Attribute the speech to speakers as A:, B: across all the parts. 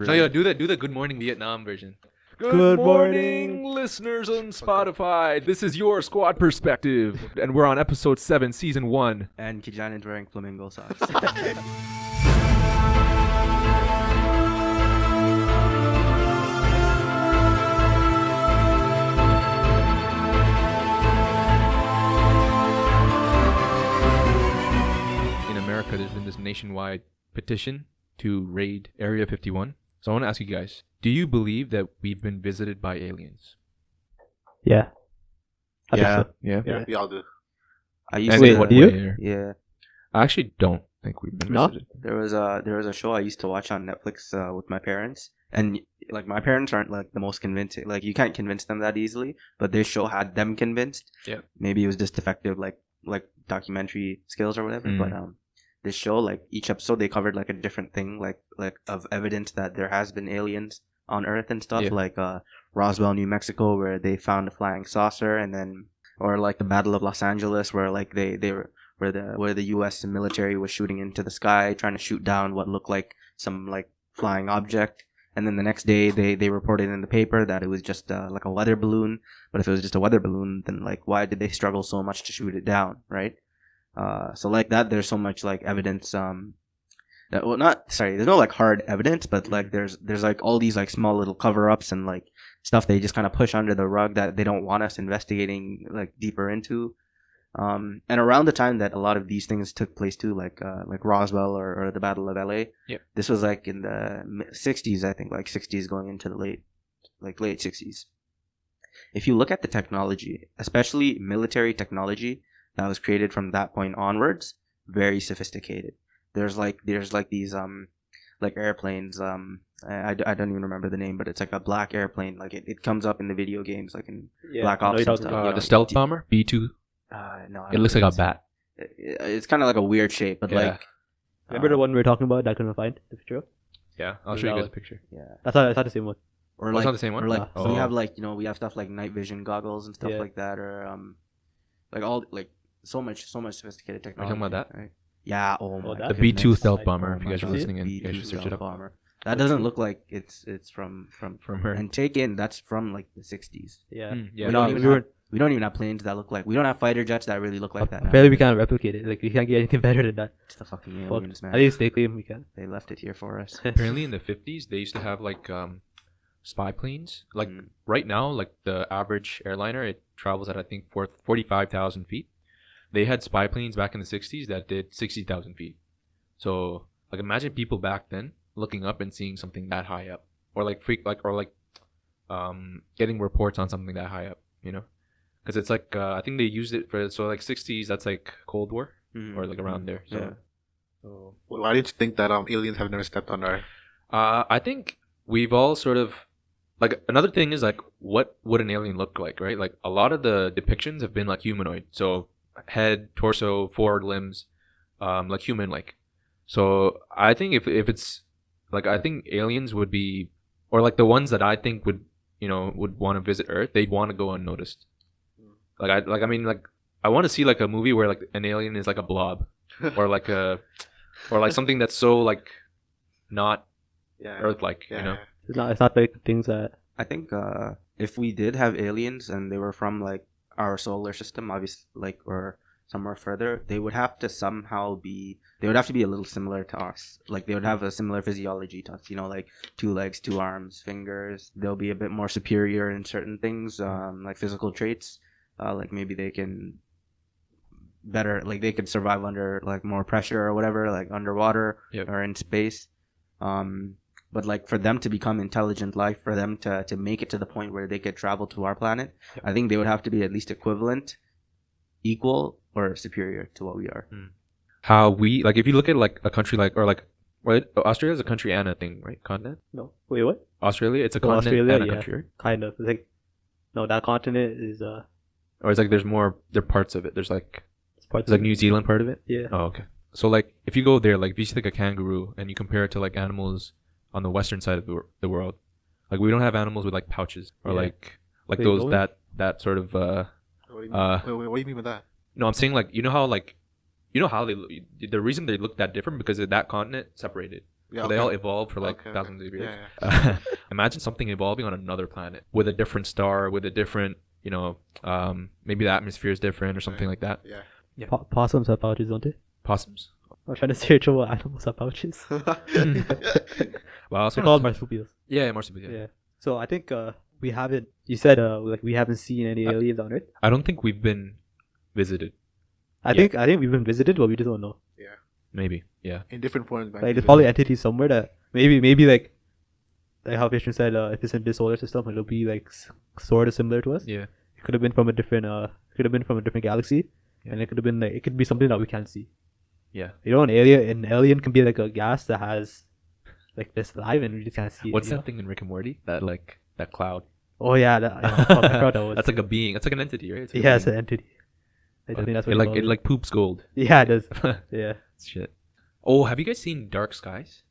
A: No, yo, do the do the Good Morning Vietnam version.
B: Good,
C: Good
B: morning,
C: morning.
B: listeners on Spotify. This is your squad perspective, and we're on episode seven, season one.
C: And Kijan is wearing flamingo socks.
A: In America, there's been this nationwide petition to raid Area 51. So I want to ask you guys: Do you believe that we've been visited by aliens?
D: Yeah. I think so.
A: yeah.
D: Yeah.
E: We all do.
C: I
A: And
C: used
D: Wait,
C: to.
D: what do you-
C: Yeah,
A: I actually don't think we've been
D: No?
A: visited.
C: there was a there was a show I used to watch on Netflix uh, with my parents, and like my parents aren't like the most convincing. Like you can't convince them that easily, but this show had them convinced.
A: Yeah.
C: Maybe it was just defective, like like documentary skills or whatever.
A: Mm.
C: But um, this show, like each episode, they covered like a different thing, like like of evidence that there has been aliens on Earth and stuff,
A: Yeah.
C: like uh Roswell, New Mexico, where they found a flying saucer, and then or like the Battle of Los Angeles, where like they they were where the where the U.S. military was shooting into the sky, trying to shoot down what looked like some like flying object. And then the next day, they they reported in the paper that it was just uh, like a weather balloon. But if it was just a weather balloon, then like why did they struggle so much to shoot it down, right? Uh, so like that, there's so much like evidence. Um, that, well, not sorry, there's no like hard evidence, but like there's there's like all these like small little cover-ups and like stuff they just kind of push under the rug that they don't want us investigating like deeper into. Um, and around the time that a lot of these things took place too, like uh, like Roswell or, or the Battle of LA,
A: Yep.
C: this was like in the mi- 60s, I think, like 60s going into the late, like late 60s. If you look at the technology, especially military technology that was created from that point onwards, very sophisticated. There's like there's like these um like airplanes um I, I I don't even remember the name, but it's like a black airplane. Like it, it comes up in the video games, like in Black Ops. and stuff.
A: Uh,
C: Yeah.
A: the stealth bomber B2.
C: Uh, no, I
A: It
C: don't
A: looks
C: think
A: like a
C: it's-
A: bat.
C: it- it's kind of like a weird shape, but
A: Yeah.
C: like.
D: Remember
C: uh,
D: the one we were talking about that I couldn't find the picture of?
A: Yeah, I'll
D: Is
A: show you
D: that
A: guys a
D: one?
A: picture.
D: That's not, that's not the same one.
C: or
A: Oh,
C: like,
A: it's not the same one.
C: Or like
A: oh.
C: we have like you know we have stuff like night vision goggles and stuff
D: Yeah.
C: like that, or um, like all like so much so much sophisticated technology.
A: talking about that?
C: right? Yeah. Oh,
D: Oh,
C: my
D: that-
A: the
D: The
A: B two
C: goodness.
A: stealth
D: Like,
A: bomber.
C: Oh
A: if
C: my
A: you guys are
C: God.
A: listening, and you guys
C: B2
A: should search it
C: stealth
A: up
C: bomber. That doesn't look like it's it's from from
A: from her.
C: and take in that's from like the sixties.
D: Yeah.
A: Mm, yeah,
C: We
D: We,
C: don't
D: don't-
C: even
D: we were,
C: We don't even have planes that look like. We don't have fighter jets that really look like that. now.
D: apparently we can't replicate it. Like we can't get anything better than that.
C: It's the fucking
D: Fuck.
C: aliens, man.
D: At least they claim we can.
C: they left it here for us.
A: apparently in the 50s they used to have like um spy planes like
C: Mm.
A: right now like the average airliner it travels at i think four- 45000 feet they had spy planes back in the 60s that did 60000 feet so like imagine people back then looking up and seeing something that high up or like freak like or like um getting reports on something that high up you know because it's like uh, i think they used it for so like 60s that's like cold war
C: Mhm.
A: or like around there so,
C: Yeah.
A: so
E: Wh- Why did you think that um aliens have never stepped on Earth?
A: uh, I think we've all sort of like another thing is like what would an alien look like, right? Like a lot of the depictions have been like humanoid, so head, torso, forward limbs, um, like human like. So I think if if it's like I think aliens would be or like the ones that I think would you know would want to visit Earth, they'd want to go unnoticed. Like I like I mean like I want to see like a movie where like an alien is like a blob or like a or like something that's so like not
E: Yeah.
A: Earth like,
E: yeah.
A: you know?
D: It's not. It's not like the things that.
C: I think uh, if we did have aliens and they were from like our solar system, obviously, like or somewhere further, they would have to somehow be. They would have to be a little similar to us. Like they would have a similar physiology to us. You know, like two legs, two arms, fingers. They'll be a bit more superior in certain things, um, like physical traits. Uh, like maybe they can better, like they could survive under like more pressure or whatever, like underwater
A: Yep.
C: or in space. Um, but like for them to become intelligent life for them to, to make it to the point where they could travel to our planet i think they would have to be at least equivalent equal or superior to what we are
A: How we like if you look at like a country like or like right Australia is a country and a thing, right? Continent?
D: No. Wait, what?
A: Australia? It's a
D: Oh,
A: continent
D: Australia,
A: and a
D: yeah.
A: country, right?
D: Kind of. It's like, no, that continent is uh.
A: Or it's like there's more there are parts of it. There's like
D: It's parts
A: it's like
D: of-
A: New Zealand part of it.
D: Yeah.
A: Oh okay. So like if you go there, like if you take a kangaroo and you compare it to like animals on the western side of the, wor- the world, like we don't have animals with like pouches or
D: Yeah.
A: like like
D: Wait,
A: those
D: don't we?
A: that that sort of uh
E: What do you mean,
A: Uh,
E: wait, wait, what do you mean by that?
A: No, I'm saying like you know how like you know how they lo- the reason they look that different because of that continent separated.
E: Yeah,
A: So they
E: okay.
A: all evolved for like
E: Okay, okay.
A: thousands of
E: Yeah,
A: years.
E: yeah.
A: imagine something evolving on another planet with a different star, with a different, you know, um, maybe the atmosphere is different or something
E: Right.
A: like that.
E: Yeah.
D: Po- possums have pouches, don't they?
A: Possums.
D: I'm trying to search what animals have pouches.
A: Well, I also
D: They're
A: wanna
D: called marsupials.
A: t- yeah, marsupials. Yeah.
D: Yeah. So I think uh, we haven't. You said uh, like we haven't seen any
A: Uh,
D: aliens on Earth.
A: I don't think we've been visited.
D: I
A: yeah.
D: think I think we've been visited, but we just don't know.
A: Maybe. Yeah.
E: In different forms, man.
D: Like there's probably entities somewhere that maybe maybe like like how Vishnu said, uh, if it's in this solar system, it'll be like s- sort of similar to us.
A: Yeah.
D: It could have been from a different uh, it could have been from a different galaxy,
A: Yeah.
D: and it could have been like it could be something that we can't see.
A: Yeah.
D: You know, an alien an alien can be like a gas that has like this live, and we just can't see. it,
A: What's
D: you know?
A: that thing in Rick and Morty? That like that cloud.
D: Oh yeah, that, yeah, fuck, I forgot that was.
A: that's like a being. That's like an entity, right? It's like a
D: yeah, it's
A: being.
D: an entity. I think that's what
A: it
D: you
A: like
D: call
A: it like poops gold.
D: Yeah, it does. Yeah.
A: Shit. Oh, have you guys seen Dark Skies?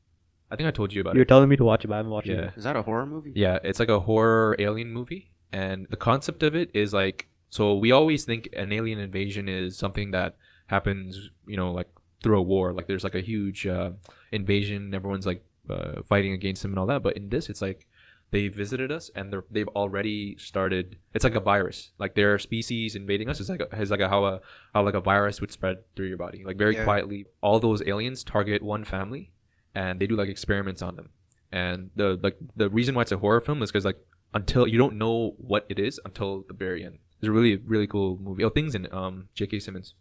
A: I think I told you about
D: You're
A: it.
D: telling me to watch it, but I haven't watched
A: yeah.
D: it.
C: Is that a horror movie?
A: Yeah, it's like a horror alien movie, and the concept of it is like so we always think an alien invasion is something that happens, you know, like through a war, like there's like a huge uh, invasion, and everyone's like uh, fighting against them and all that. But in this, it's like they visited us and they're, they've already started. It's like a virus, like their species invading us. It's like a, it's like a, how a how like a virus would spread through your body, like very
E: Yeah.
A: quietly. All those aliens target one family, and they do like experiments on them and the like the reason why it's a horror film is because like until you don't know what it is until the very end. It's a really really cool movie. Oh, things in um J.K. Simmons.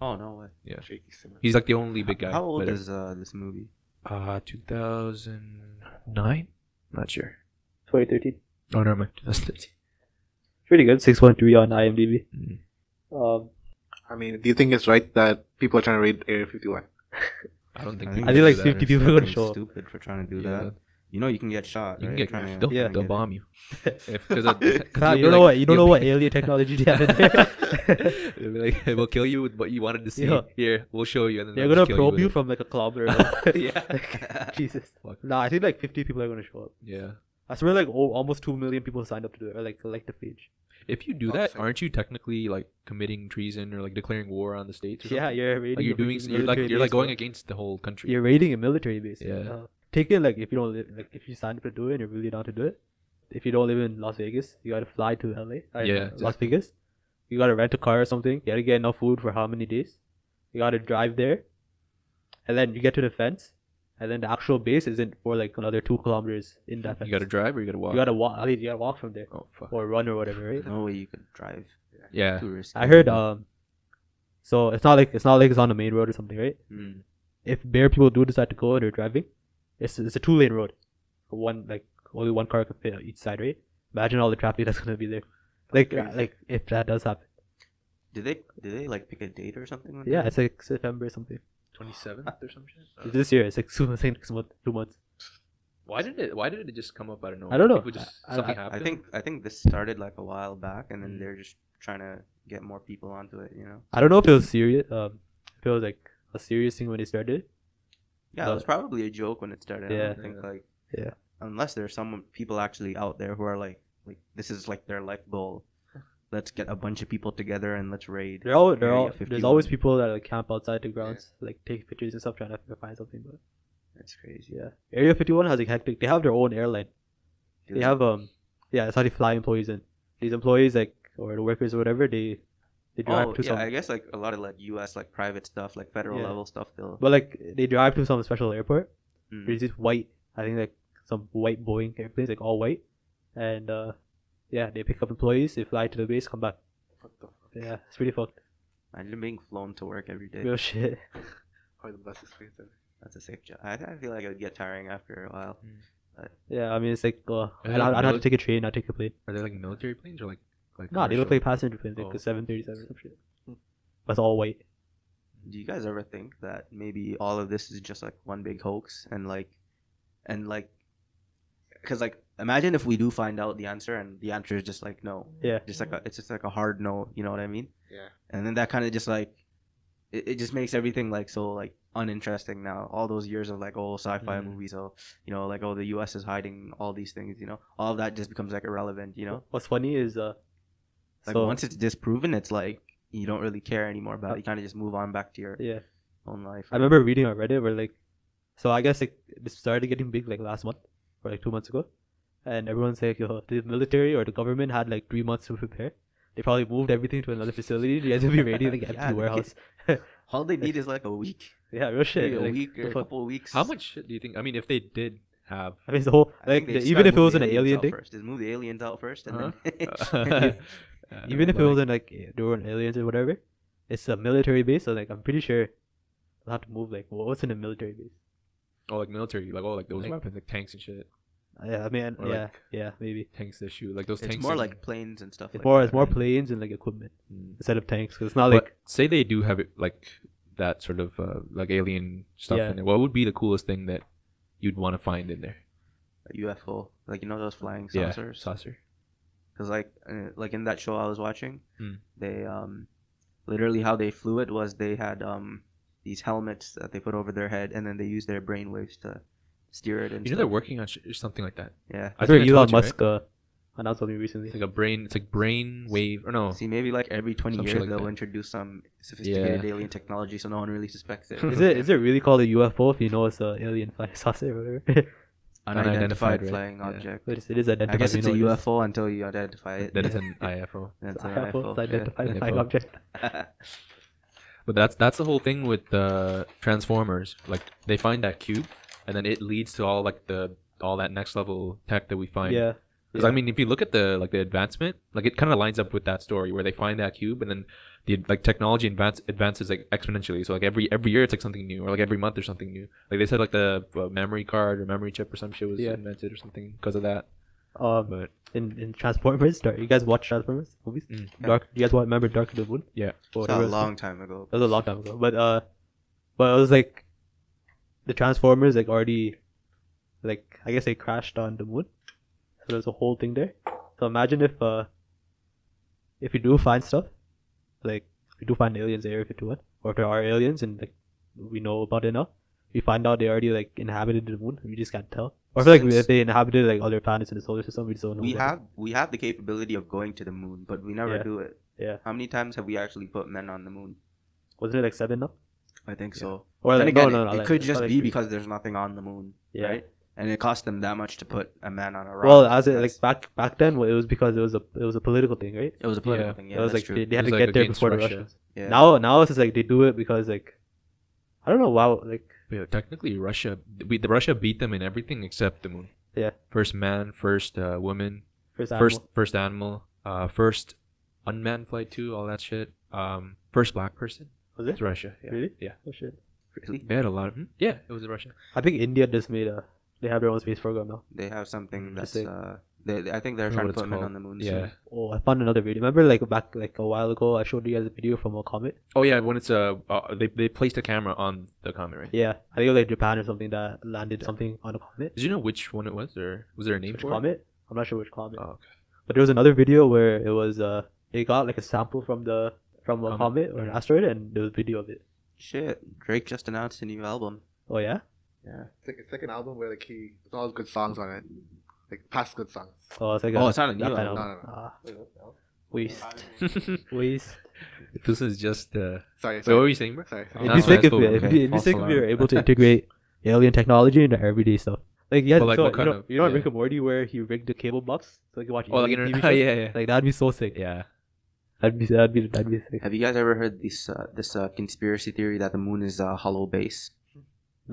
C: Oh no way.
E: Shaky Simmons.
A: He's like the only big guy.
C: How old
A: but-
C: is uh, this movie?
A: uh 2009? Not sure.
D: 2013.
A: Oh, never mind. 2013.
D: It's pretty good. 6.3 on IMDb.
A: Mm.
D: Um,
E: I mean, do you think it's right that people are trying to read Area 51?
A: I don't think.
C: I think
A: people
D: I think like
A: do that.
D: 50 people would
C: Fucking
D: show up.
C: Stupid for trying to do
A: Yeah.
C: that. You know you can get shot.
A: You can
C: right?
A: get
C: Trying to-
A: they'll,
D: Yeah.
C: trying to
A: they'll
C: get-
A: bomb you. If, cause, uh, 'cause
D: Nah,
A: you'll
D: you
A: be
D: don't know
A: like-
D: what you don't
A: you'll
D: know what
A: be-
D: alien technology they have in there.
A: They'll be like, "Hey, we'll kill you with what you wanted to see.
D: Yeah.
A: Here, we'll show you. And then
D: They're
A: they'll
D: gonna
A: just kill
D: probe you
A: with
D: from like a kilometer. away.
A: it. yeah.
D: Like, Jesus.
A: Fuck.
D: No, I think like 50 people are gonna show up.
A: Yeah.
D: I swear, like oh, almost two million people signed up to do it, or like like the page.
A: If you do
E: Oh,
A: that,
E: sick.
A: aren't you technically like committing treason or like declaring war on the states? Or
D: Yeah,
A: something?
D: you're raiding.
A: Like
D: a
A: you're doing,
D: freaking
A: you're like
D: military
A: you're like
D: base, bro.
A: going against the whole country.
D: You're raiding a military base.
A: Yeah.
D: Uh, take it like if you don't live, like if you signed up to do it, and you're really down to do it. If you don't live in Las Vegas, you gotta fly to LA. uh,
A: Yeah,
D: Las Vegas. You gotta rent a car or something. You gotta get enough food for how many days? You gotta drive there, and then you get to the fence, and then the actual base isn't for like another two kilometers in that fence.
A: you gotta drive or you gotta walk.
D: You gotta walk. At least you gotta walk from there
A: oh fuck.
D: or run or whatever, right?
C: No way you could drive.
A: Yeah.
C: Too risky.
D: I heard um so it's not like it's not like it's on the main road or something, right?
C: Mm.
D: If bare people do decide to go and they're driving, it's it's a two lane road. One like only one car can fit on each side, right? Imagine all the traffic that's gonna be there. Like uh,
E: Crazy.
D: like if that does happen.
C: Did they did they like pick a date or something? Like
D: Yeah,
C: that?
D: it's like September or something.
A: Twenty seventh or some shit.
D: It's this year, it's like two it's like next month two months.
A: Why did it? Why did it just come up? I don't know.
D: I don't know.
A: People just
D: I- I-
A: something
D: I
A: happened.
C: I think I think this started like a while back, and
A: Mm.
C: then they're just trying to get more people onto it. You know.
D: I don't know if it was serious um if it was like a serious thing when they started.
C: Yeah, it was
D: But-
C: probably a joke when it started. I
D: Yeah.
C: don't think
A: Yeah.
C: like
D: Yeah.
C: Unless there's some people actually out there who are like like this is like their life goal. Let's get a bunch of people together and let's raid.
D: They're all, they're
C: Area
D: all, there's
C: 51.
D: always people that like camp outside the grounds, like take pictures and stuff trying to find something, but
C: That's crazy.
D: Yeah. Area 51 has a hectic. They have their own airline. They
C: Dude.
D: have um, yeah, that's how they fly employees in. These employees like or the workers or whatever they, they drive
C: Oh,
D: to
C: yeah,
D: some.
C: I guess like a lot of like U.S. like private stuff, like federal
D: Yeah.
C: level stuff. They'll
D: But like they drive to some special airport.
C: Mm.
D: There's this white, I think like some white Boeing airplanes, like all white, and uh, yeah, they pick up employees. They fly to the base, come back.
E: What the fuck?
D: Yeah, it's pretty fucked.
C: imagine being flown to work every day.
D: Real shit.
E: Probably the best experience ever.
C: That's a sick job. I, I feel like it would get tiring after a while.
D: Yeah, I mean it's like uh, I
A: Yeah,
D: don't, I don't have to
A: mil-
D: take a train. I take a plane.
A: Are they like military planes or like like?
D: No, they look like
A: commercial?
D: passenger planes, like
A: Oh.
D: the 737 or some shit.
E: Hmm.
D: But it's all white.
C: Do you guys ever think that maybe all of this is just like one big hoax and like, and like, because like imagine if we do find out the answer and the answer is just like no,
D: Yeah.
C: just like a, it's just like a hard no. You know what I mean?
E: Yeah.
C: And then that kind of just like, it, it just makes everything like so like uninteresting now. All those years of like oh sci-fi
A: Mm.
C: movies, oh you know like oh the U.S. is hiding all these things. You know all of that just becomes like irrelevant. You know
D: What's funny is uh,
C: like
D: so-
C: once it's disproven, it's like you don't really care anymore about. it. You kind of just move on back to your
D: yeah.
C: own life.
D: I remember reading on Reddit where like So I guess like it started getting big like last month or like two months ago, and everyone's like, "Yo, the military or the government had like three months to prepare. They probably moved everything to another facility. You guys will be ready like empty
C: Yeah, they
D: warehouse.
C: All they need is like a week,
D: Yeah, real shit.
C: maybe a
D: like,
C: week or a
D: fuck.
C: couple weeks.
A: How much shit do you think? I mean, if they did have,
D: I mean, it's the whole
C: I
D: like
C: think they
D: the,
C: start
D: even if it
C: with
D: was
C: the
D: an
C: aliens
D: alien
C: out
D: thing, Uh-huh.
C: first. Just move the aliens out first, and then
A: uh,
D: even if it
A: like-
D: wasn't like there weren't aliens or whatever, it's a military base. So like I'm pretty sure they'll have to move like well, what's in a military base?
A: oh, like military, like oh, like those
D: Like-
A: weapons, like tanks and shit,
D: Yeah, I mean,
A: Or,
D: yeah,
A: like,
D: yeah, maybe.
A: tanks that shoot, like those tanks.
C: it's more
A: and-
C: like planes and stuff.
D: It's
C: like Hmm.
D: more
C: that,
D: it's more
C: right?
D: planes and like equipment
A: Mm.
D: instead of tanks. 'cause it's not
A: But
D: like
A: say they do have it, like that sort of uh, like alien stuff
D: Yeah.
A: in there. What would be the coolest thing that you'd want to find in there?
C: A UFO, like you know those flying
A: Yeah,
C: saucers.
A: saucer.
C: because like uh, like in that show I was watching,
A: Mm.
C: they um literally how they flew it was they had um these helmets that they put over their head and then they used their brain waves to steer it. And
A: You know they're
C: stuff.
A: working on sh- something like that.
C: Yeah.
D: I
A: think
D: heard
A: told
D: Elon
A: you, right?
D: Musk uh, announced something recently.
A: It's like a brain. It's like brain wave or
D: Oh.
A: no?
C: See, maybe like every twenty
A: Some shit
C: years
A: like
C: they'll
A: that.
C: introduce some sophisticated
A: Yeah.
C: alien technology, so no one really suspects it.
D: is it is it really called a UFO if you know it's a alien flying saucer or whatever?
C: unidentified,
A: unidentified, right?
C: flying
A: Yeah.
C: object?
D: but it's, it is identified.
C: I guess
D: we
C: it's a
D: know it is.
C: UFO until you identify it.
A: That is an IFO.
C: That's
D: It's
C: an
D: a UFO, it's identified
A: yeah.
D: flying
A: UFO.
D: object.
C: yeah.
A: But that's that's the whole thing with uh, Transformers. Like they find that cube, and then it leads to all like the all that next level tech that we find.
D: Yeah,
A: Because I mean, if you look at the like the advancement, like it kind of lines up with that story where they find that cube, and then the like technology advance advances like exponentially. So like every every year it's like something new, or like every month there's something new. Like they said, like the uh, memory card or memory chip or some shit was
D: Yeah.
A: invented or something because of that.
D: um,
A: But
D: in in Transformers, Dark, you guys watch Transformers movies?
A: Mm.
D: Dark, you guys wa- remember Dark of the Moon?
A: Yeah.
D: Or
C: It's a
D: whatever it's
C: long time ago.
D: That was a long time ago. But uh, but it was like the Transformers like already, like I guess they crashed on the moon, so there's a whole thing there. So imagine if uh, if you do find stuff, like if you do find aliens in Area 51, or if there are aliens and like we know about it now, we find out they already like inhabited the moon. We just can't tell. Or if, like
C: Since-
D: if they inhabited like other planets in the solar system, we just don't know.
C: We
D: about it.
C: have we have the capability of going to the moon, but we never
D: Yeah.
C: do it.
D: Yeah.
C: How many times have we actually put men on the moon?
D: wasn't it like seven now?
C: I think so.
D: Or
C: and
D: like
C: again,
D: no, no,
C: it-
D: no,
C: it,
D: like,
C: could
D: it's
C: just
D: not
C: be
D: like-
C: because there's nothing on the moon,
D: Yeah.
C: right? And it cost them that much to put a man on a rock.
D: Well, as it like
C: That's-
D: back back then, well, it was because it was a it was a political thing, right?
C: it was a political
A: yeah,
C: thing.
D: it
C: Yeah,
D: was
C: that's
D: like
C: true.
D: they, they had
A: It
D: to
A: was,
D: get
A: like,
D: there
A: against
D: before the
A: Russia.
D: Russians.
C: yeah.
D: Now now it's just like they do it because like I don't know wow like
A: yeah, technically, Russia we, the Russia beat them in everything except the moon.
D: Yeah.
A: First man, first uh, woman,
D: first
A: first
D: animal.
A: first animal, uh, first unmanned flight two, all that shit. Um, first black person.
D: was
A: It's
D: it
A: Russia. Yeah.
D: really
A: Yeah.
D: oh shit
C: really,
A: They had a lot of. hmm? Yeah, it was in Russia.
D: I think India just made a they have their own space program now
C: they have something
D: Just
C: that's.
D: like-
C: Uh, they, they- I think they're
A: don't know
C: trying to
A: what
C: put
A: it's
C: men
A: called.
C: on the moon.
A: Yeah.
C: soon.
D: oh I found another video remember like back like a while ago I showed you guys a video from a comet
A: Oh yeah, when it's uh, uh they they placed a camera on the comet, right?
D: yeah I think it was like Japan or something that landed something on a comet
A: Did you know which one it was, or was there a name
D: which
A: for it?
D: comet I'm not sure which comet
A: Oh, okay.
D: but there was another video where it was uh they got like a sample from the from a
A: Comet.
D: comet or an asteroid and there was video of it
C: Shit, Drake just announced a new album.
D: oh yeah
E: It's like, it's like an album where like he it's all good songs on it, like past good songs.
D: oh it's like
C: oh,
D: a,
C: it's not a new
D: that kind
C: album.
D: of
E: No, no, no.
D: ah, waste
E: Sorry,
D: waste
A: this is just. Uh,
E: sorry.
A: so what were you saying, bro?
E: Sorry.
A: It'd
D: It'd
A: Oh, That's
D: be
A: fine,
D: sick
A: that's
D: if
A: cool.
D: we, it'd
C: Okay,
D: be, it'd be
C: false
D: sick if we were
C: alarm.
D: able to integrate alien technology into everyday stuff. Like yeah,
A: But, like,
D: so,
A: what
D: you
A: kind
D: know,
A: of-
D: you know in
A: yeah.
D: Rick and Morty where he rigged the cable box so he could watch
A: Oh, like,
D: alien
A: internet.
D: TV
A: oh
D: shows?
A: yeah, yeah,
D: Like that'd be so sick.
A: yeah.
D: That'd be that'd be that'd be sick.
C: Have you guys ever heard this uh, this uh, conspiracy theory that the moon is a hollow base?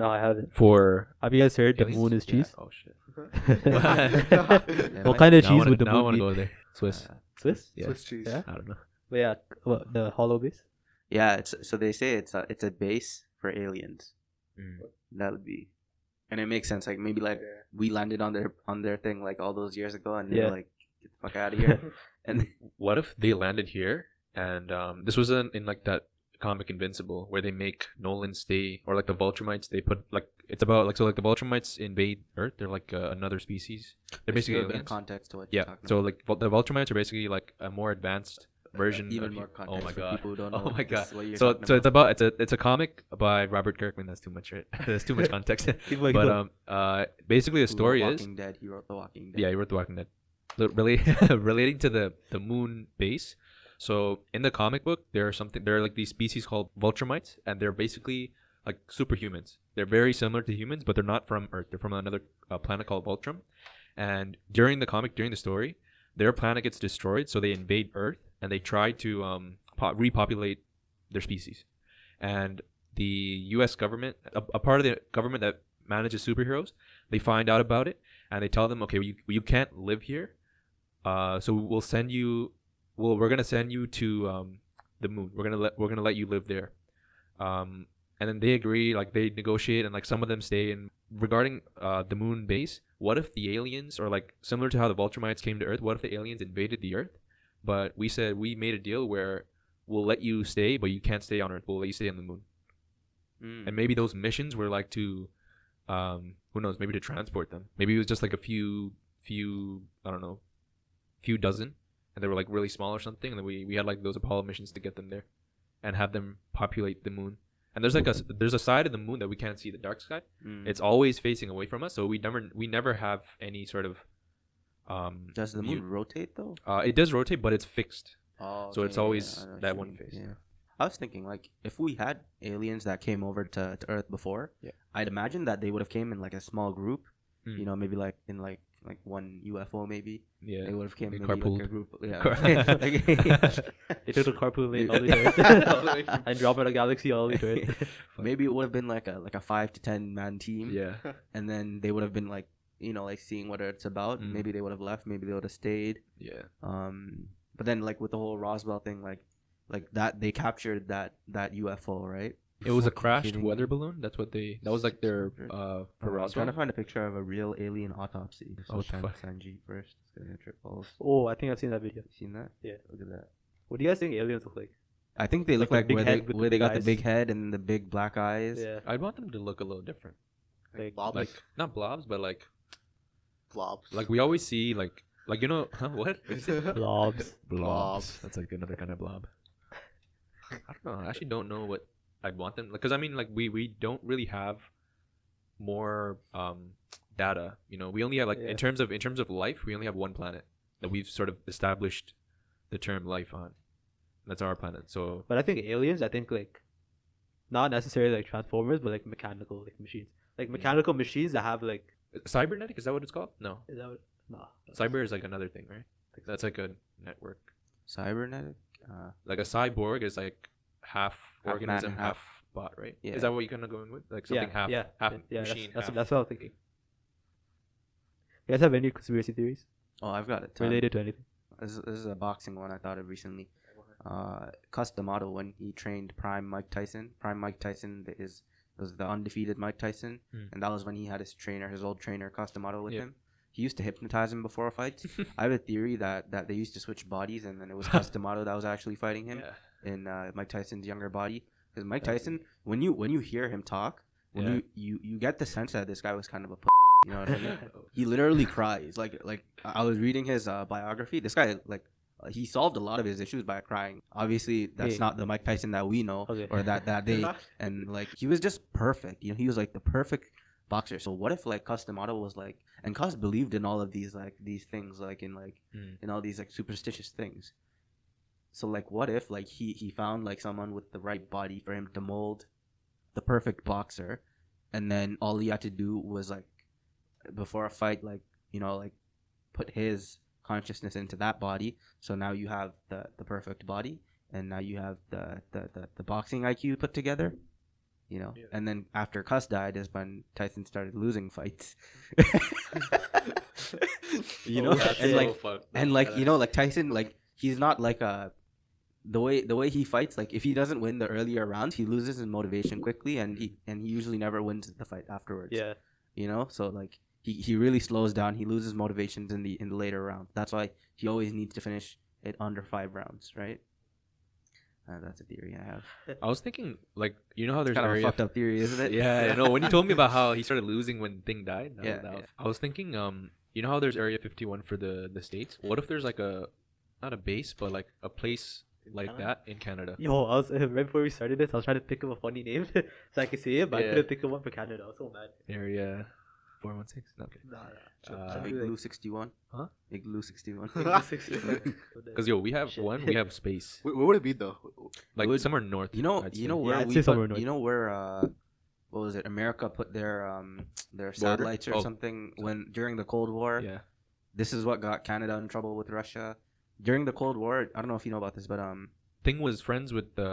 D: No, I haven't.
A: For
D: Have you guys heard the
A: aliens?
D: moon is
A: Yeah.
D: cheese?
A: Oh shit.
C: Yeah,
D: what
C: like-
D: kind of
A: Now I
D: cheese
A: wanna-
D: would the
A: now I
D: moon
A: wanna
D: be?
A: go there. Swiss.
C: Uh,
D: Swiss.
A: Yeah.
E: Swiss cheese.
D: Yeah.
A: I don't know.
D: But yeah, what, the hollow base.
C: yeah, it's, so they say it's a, it's a base for aliens.
A: Mm.
C: That would be, and it makes sense. Like maybe like
E: Yeah.
C: we landed on their on their thing like all those years ago, and
D: Yeah.
C: they're like, get the fuck out of here. and
A: What if they landed here and um, this was in, in like that comic Invincible where they make Nolan stay or like the Vultramites they put like it's about like so like the Vultramites invade Earth they're like uh, another species they're
C: Just
A: basically
C: give a bit of
A: aliens.
C: context to what
A: Yeah.
C: you're talking
A: So
C: about.
A: like Vul- the Vultramites are basically like a more advanced version.
C: even
A: of
C: more
A: peop-
C: context
A: Oh my
C: for
A: god.
C: people who don't know
A: Oh my
C: what this-
A: god.
C: what you're
A: So
C: talking
A: so it's
C: about.
A: about it's a it's a comic by Robert Kirkman. That's too much right. That's too much context.
D: People like
A: but
D: the-
A: um uh basically the
C: Who wrote
A: story is
C: Walking Dead. He wrote The Walking Dead.
A: yeah you wrote the Walking Dead. Li- Really relating to the the moon base. So in the comic book there are something there are like these species called Vultramites and they're basically like superhumans. They're very similar to humans, but they're not from Earth. They're from another uh, planet called Voltrum. And during the comic, during the story, their planet gets destroyed, so they invade Earth and they try to um, po- repopulate their species. And the U.S. government, a, a part of the government that manages superheroes, they find out about it and they tell them, okay, you, you can't live here. Uh, so we'll send you. Well, we're gonna send you to um, the moon. We're gonna let we're gonna let you live there. Um, and then they agree, like they negotiate, and like some of them stay. And regarding uh, the moon base, what if the aliens, or like similar to how the Vultrumites came to Earth, what if the aliens invaded the Earth? But we said we made a deal where we'll let you stay, but you can't stay on Earth. We'll let you stay on the moon.
C: Mm.
A: And maybe those missions were like to, um, who knows? Maybe to transport them. Maybe it was just like a few, few, I don't know, few dozen, and they were like really small or something. And then we we had like those Apollo missions to get them there, and have them populate the moon. And there's like a s- there's a side of the moon that we can't see, the dark sky.
C: Mm.
A: It's always facing away from us, so we never we never have any sort of. Um,
C: Does the
A: view.
C: moon rotate though?
A: Uh, it does rotate, but it's fixed.
C: Oh,
A: So it's always
C: I know what
A: that
C: you
A: one
C: mean,
A: face.
C: Yeah. I was thinking like if we had aliens that came over to, to Earth before,
A: Yeah.
C: I'd imagine that they would have came in like a small group,
A: Mm.
C: you know, maybe like in like like one UFO maybe.
A: Yeah.
C: They would have came
A: They
C: maybe like a
A: carpooled.
C: group. Yeah.
A: Car-
D: They took the carpool lane all the
A: All the
D: way
A: way
D: to
A: from-
D: Earth. and Andromeda Galaxy all the way to Earth.
C: maybe it would have been like a like a five to ten man team.
A: Yeah.
C: and then they would have been like you know like seeing what it's about
A: Mm.
C: maybe they would have left maybe they would have stayed
A: Yeah.
C: um but then like with the whole roswell thing like like that they captured that that ufo right
A: It was a
C: Fucking
A: crashed
C: kidding me.
A: weather balloon. That's what they. That was like their
C: 600.
A: uh for
C: Uh, I'm trying to
A: Roswell.
C: find a picture of a real alien autopsy.
A: Oh,
C: So
A: what the
C: San-
A: fuck?
C: Sanji first. It's gonna trip balls.
D: Oh, I think I've seen that video.
C: You seen that?
D: Yeah.
C: Look at that.
D: What do you guys think aliens look like?
C: I think they look
D: Like
C: like,
D: the big
C: where they
D: head with the
C: where they
D: big
C: got
D: eyes.
C: the big head and the big black eyes.
D: Yeah.
A: I'd want them to look a little different.
D: Like-
E: Like blob,
A: Like
E: like
A: not blobs, but like
E: blobs.
A: like we always see like like you know huh, what
D: Blobs.
E: Blobs.
A: That's like another kind of blob. I don't know. I actually don't know what I'd want them because I mean like we we don't really have more um data. You know, we only have like
D: Yeah.
A: in terms of in terms of life, we only have one planet that we've sort of established the term life on. That's our planet. So
D: But I think aliens, I think like not necessarily like transformers, but like mechanical like machines. Like mechanical machines that have like
A: cybernetic is that what it's called? No,
D: is that what, nah.
A: cyber is like another thing, right? Like that's like a network.
C: Cybernetic. Uh,
A: Like a cyborg is like half,
C: man,
A: organism, half,
C: half-
A: bot, right?
C: Yeah.
A: Is that what you're gonna go in with? Like something half, half machine,
D: That's, that's,
A: half.
D: that's what I'm thinking. You guys have any conspiracy theories
C: oh, I've got it.
D: related to anything?
C: This, this is a boxing one I thought of recently. Uh, Customato when he trained Prime Mike Tyson. Prime Mike Tyson th- is was the undefeated Mike Tyson,
A: Mm.
C: and that was when he had his trainer, his old trainer Customato with
A: Yeah.
C: him. He used to hypnotize him before fights. I have a theory that, that they used to switch bodies, and then it was Customato that was actually fighting him
A: Yeah.
C: in uh, Mike Tyson's younger body. Because Mike
A: That's-
C: Tyson, when you when you hear him talk, when
A: Yeah.
C: you, you you get the sense that this guy was kind of a p- you know what I mean? he literally cries like like i I was reading his uh, biography this guy like uh, he solved a lot of his issues by crying obviously that's
D: Yeah.
C: not the mike tyson that we know
D: Okay.
C: or that that they
E: Not-
C: and like he was just perfect you know he was like the perfect boxer so what if like customato was like and cos believed in all of these like these things like in like
A: Mm.
C: in all these like superstitious things so like what if like he he found like someone with the right body for him to mold the perfect boxer and then all he had to do was like before a fight like you know like put his consciousness into that body so now you have the the perfect body and now you have the the, the, the boxing iq put together you know
E: Yeah.
C: and then after cuss died is when tyson started losing fights you know
D: that's
C: and
D: so
C: like and like you know like tyson like he's not like a the way the way he fights like if he doesn't win the earlier rounds he loses his motivation quickly and he and he usually never wins the fight afterwards
D: Yeah.
C: you know so like he, he really slows down he loses motivations in the in the later rounds that's why he always needs to finish it under five rounds right uh, that's a theory i have
A: I was thinking, like, you know how there's
C: kind of a
A: area.
C: fucked up theory isn't it
A: Yeah, I know. When you told me about how he started losing when Thing died, that-
C: Yeah,
A: that
C: yeah.
A: was- I was thinking, um, you know how there's Area 51 for the the states. What if there's like a, not a base, but like a place like that in Canada?
D: Yo, I was uh, right before we started this, I was trying to think of a funny name so I could say it, but I
A: Yeah.
D: couldn't think of one for Canada. I was so mad.
A: Area 416. No, Okay.
E: Nah, nah.
A: Uh,
C: big blue 61
A: Huh?
C: big blue 61
A: Because yo, we have
D: Shit.
A: one. We have space,
E: Where, where would it be though?
A: like
C: Would-
A: somewhere north.
C: you know
A: I'd
C: you
A: say.
C: know where
D: I'd
C: we
D: say
C: put-
D: somewhere north.
C: you know where uh what was it? America put their um their
A: Border?
C: satellites or
A: Oh.
C: something when during the Cold War.
A: Yeah.
C: This is what got Canada in trouble with Russia during the Cold War. I don't know if you know about this, but um,
A: Thing was friends with uh,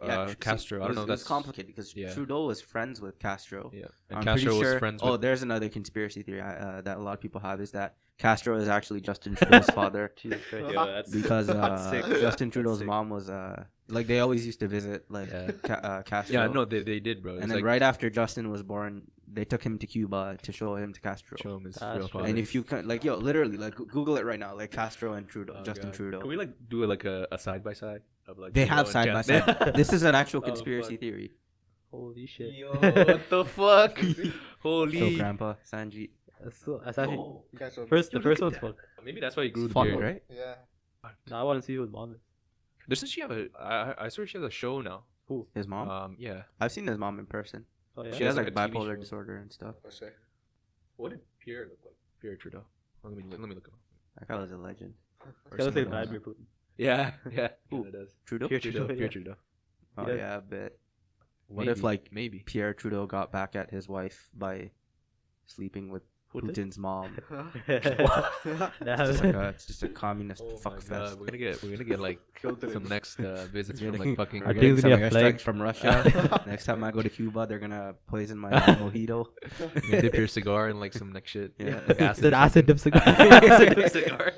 A: uh,
C: tr- see,
A: Castro. I don't
C: it was-
A: know.
C: It was
A: That's
C: complicated because
A: yeah.
C: Trudeau was friends with Castro.
A: Yeah. And
C: I'm pretty
A: Castro was
C: sure-
A: friends
C: Oh,
A: with.
C: there's another conspiracy theory uh, that a lot of people have is that Castro is actually Justin Trudeau's father
D: Jesus Christ.
E: Yeah,
D: that's
C: because
D: That's
C: uh,
D: sick.
C: Justin
D: That's
C: Trudeau's
D: sick.
C: mom was uh, like they always used to visit like
A: Yeah.
C: Ca- uh, Castro.
A: Yeah, no, they, they did, bro. It's
C: And then
A: like,
C: right after Justin was born, they took him to Cuba to show him to Castro.
A: show him his
D: That's
A: real
D: true.
A: father.
C: And if you can, like, yo, literally, like, go- Google it right now, like Castro and Trudeau,
A: Oh,
C: Justin
A: God.
C: Trudeau.
A: Can we like do like a, a side by side of like
C: they
A: Trudeau
C: have
A: and
C: side by
A: Justin?
C: side. This is an actual
D: Oh,
C: conspiracy
D: fuck.
C: theory.
D: Holy shit.
A: Yo, what the fuck?
C: So,
A: Holy.
C: Grandpa Sanji,
D: That's, so, that's actually
E: You guys are-
D: first. The
E: Oh, Dude,
D: first
E: look
D: one's
E: at
D: fucked.
A: Maybe that's why he grew the
C: Fuck,
A: beard.
C: right?
E: that. Yeah.
D: No, I want to see who's mom. is.
A: Doesn't she have a? I I- I swear she has a show now.
D: Who?
C: his mom.
A: Um, yeah.
C: I've seen his mom in person.
D: Oh yeah.
A: She
C: She has
A: has,
C: like
A: like, a TV
C: bipolar
A: show.
C: disorder and stuff.
E: Let's see.
A: What did Pierre look like? Pierre Trudeau. Let me let me look him up.
C: That guy was a legend.
D: It's gotta
C: Or
D: say
C: something
D: Vladimir Putin.
A: Yeah, yeah.
C: Who?
A: yeah, it does.
C: Trudeau.
D: Pierre
A: Trudeau.
D: Trudeau,
A: Pierre
D: yeah.
A: Trudeau.
C: Oh
D: Yeah.
C: yeah, but what if
A: Maybe,
C: like
A: maybe?
C: Pierre Trudeau got back at his wife by sleeping with
D: Putin?
C: Putin's mom?
D: Nah,
C: It's just like a, it's just a communist
A: Oh my
C: fuck fest.
A: god, we're gonna get we're gonna get like
E: Killed it.
A: some next uh, visits
C: We're
A: from
C: gonna-
A: like fucking.
C: we're
D: Are
C: getting
D: things
C: some
D: gonna be
C: airstrikes
D: a plague?
C: from Russia. Next time I go to Cuba, they're gonna poison my mojito.
A: You dip your cigar in like some next shit.
C: Yeah.
A: Like
D: It's an acid dip cigar.
C: Acid dip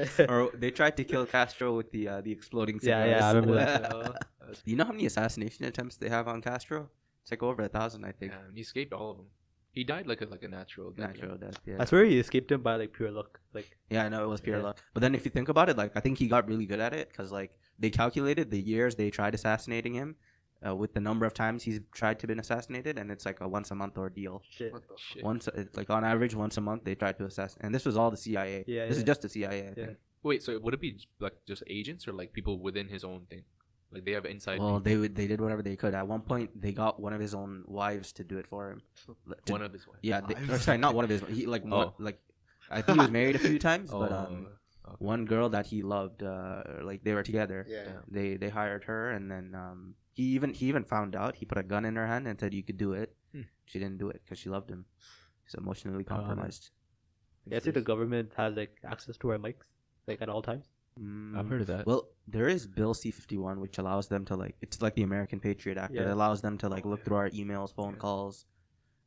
A: cigar.
C: or they tried to kill Castro with the uh, the exploding
D: Yeah,
C: cigars.
D: yeah, I remember that.
A: Well,
C: you know how many assassination attempts they have on Castro? It's like over a thousand, I think.
A: yeah, he escaped all of them. He died like a like a natural. death.
C: Natural death. Yeah.
D: I swear he escaped him by like pure luck. Like
C: Yeah, I know it was pure
D: Yeah.
C: luck. But then if you think about it, like I think he got really good at it because like they calculated the years they tried assassinating him, uh, with the number of times he's tried to been assassinated, and it's like a once a month ordeal.
D: shit.
E: What the
A: Shit.
C: Once, uh, like on average, once a month they tried to assassinate, and this was all the CIA.
D: Yeah,
C: this is
D: yeah.
C: just the CIA. I
D: Yeah.
C: think.
A: Wait, so would it be like just agents or like people within his own thing? Like they have inside.
C: Well, they would they did whatever they could. At one point, they got one of his own wives to do it for him. L- to-
A: one of his wives.
C: yeah, they, or sorry, not one of his. He like one,
A: Oh.
C: like I think he was married a few times,
A: Oh,
C: but um,
A: okay.
C: one girl that he loved, uh, like they were together.
E: Yeah.
C: they they hired her and then um he even he even found out he put a gun in her hand and said you could do it
A: Hmm.
C: she didn't do it because she loved him she's emotionally
A: Oh, no.
C: compromised
D: Yeah, I see the government has like access to our mics like at all times.
C: mm.
A: I've heard of
D: Uh,
A: that.
C: well there is bill c51 which allows them to like it's like the american patriot act it
D: Yeah.
C: allows them to like look through our emails phone calls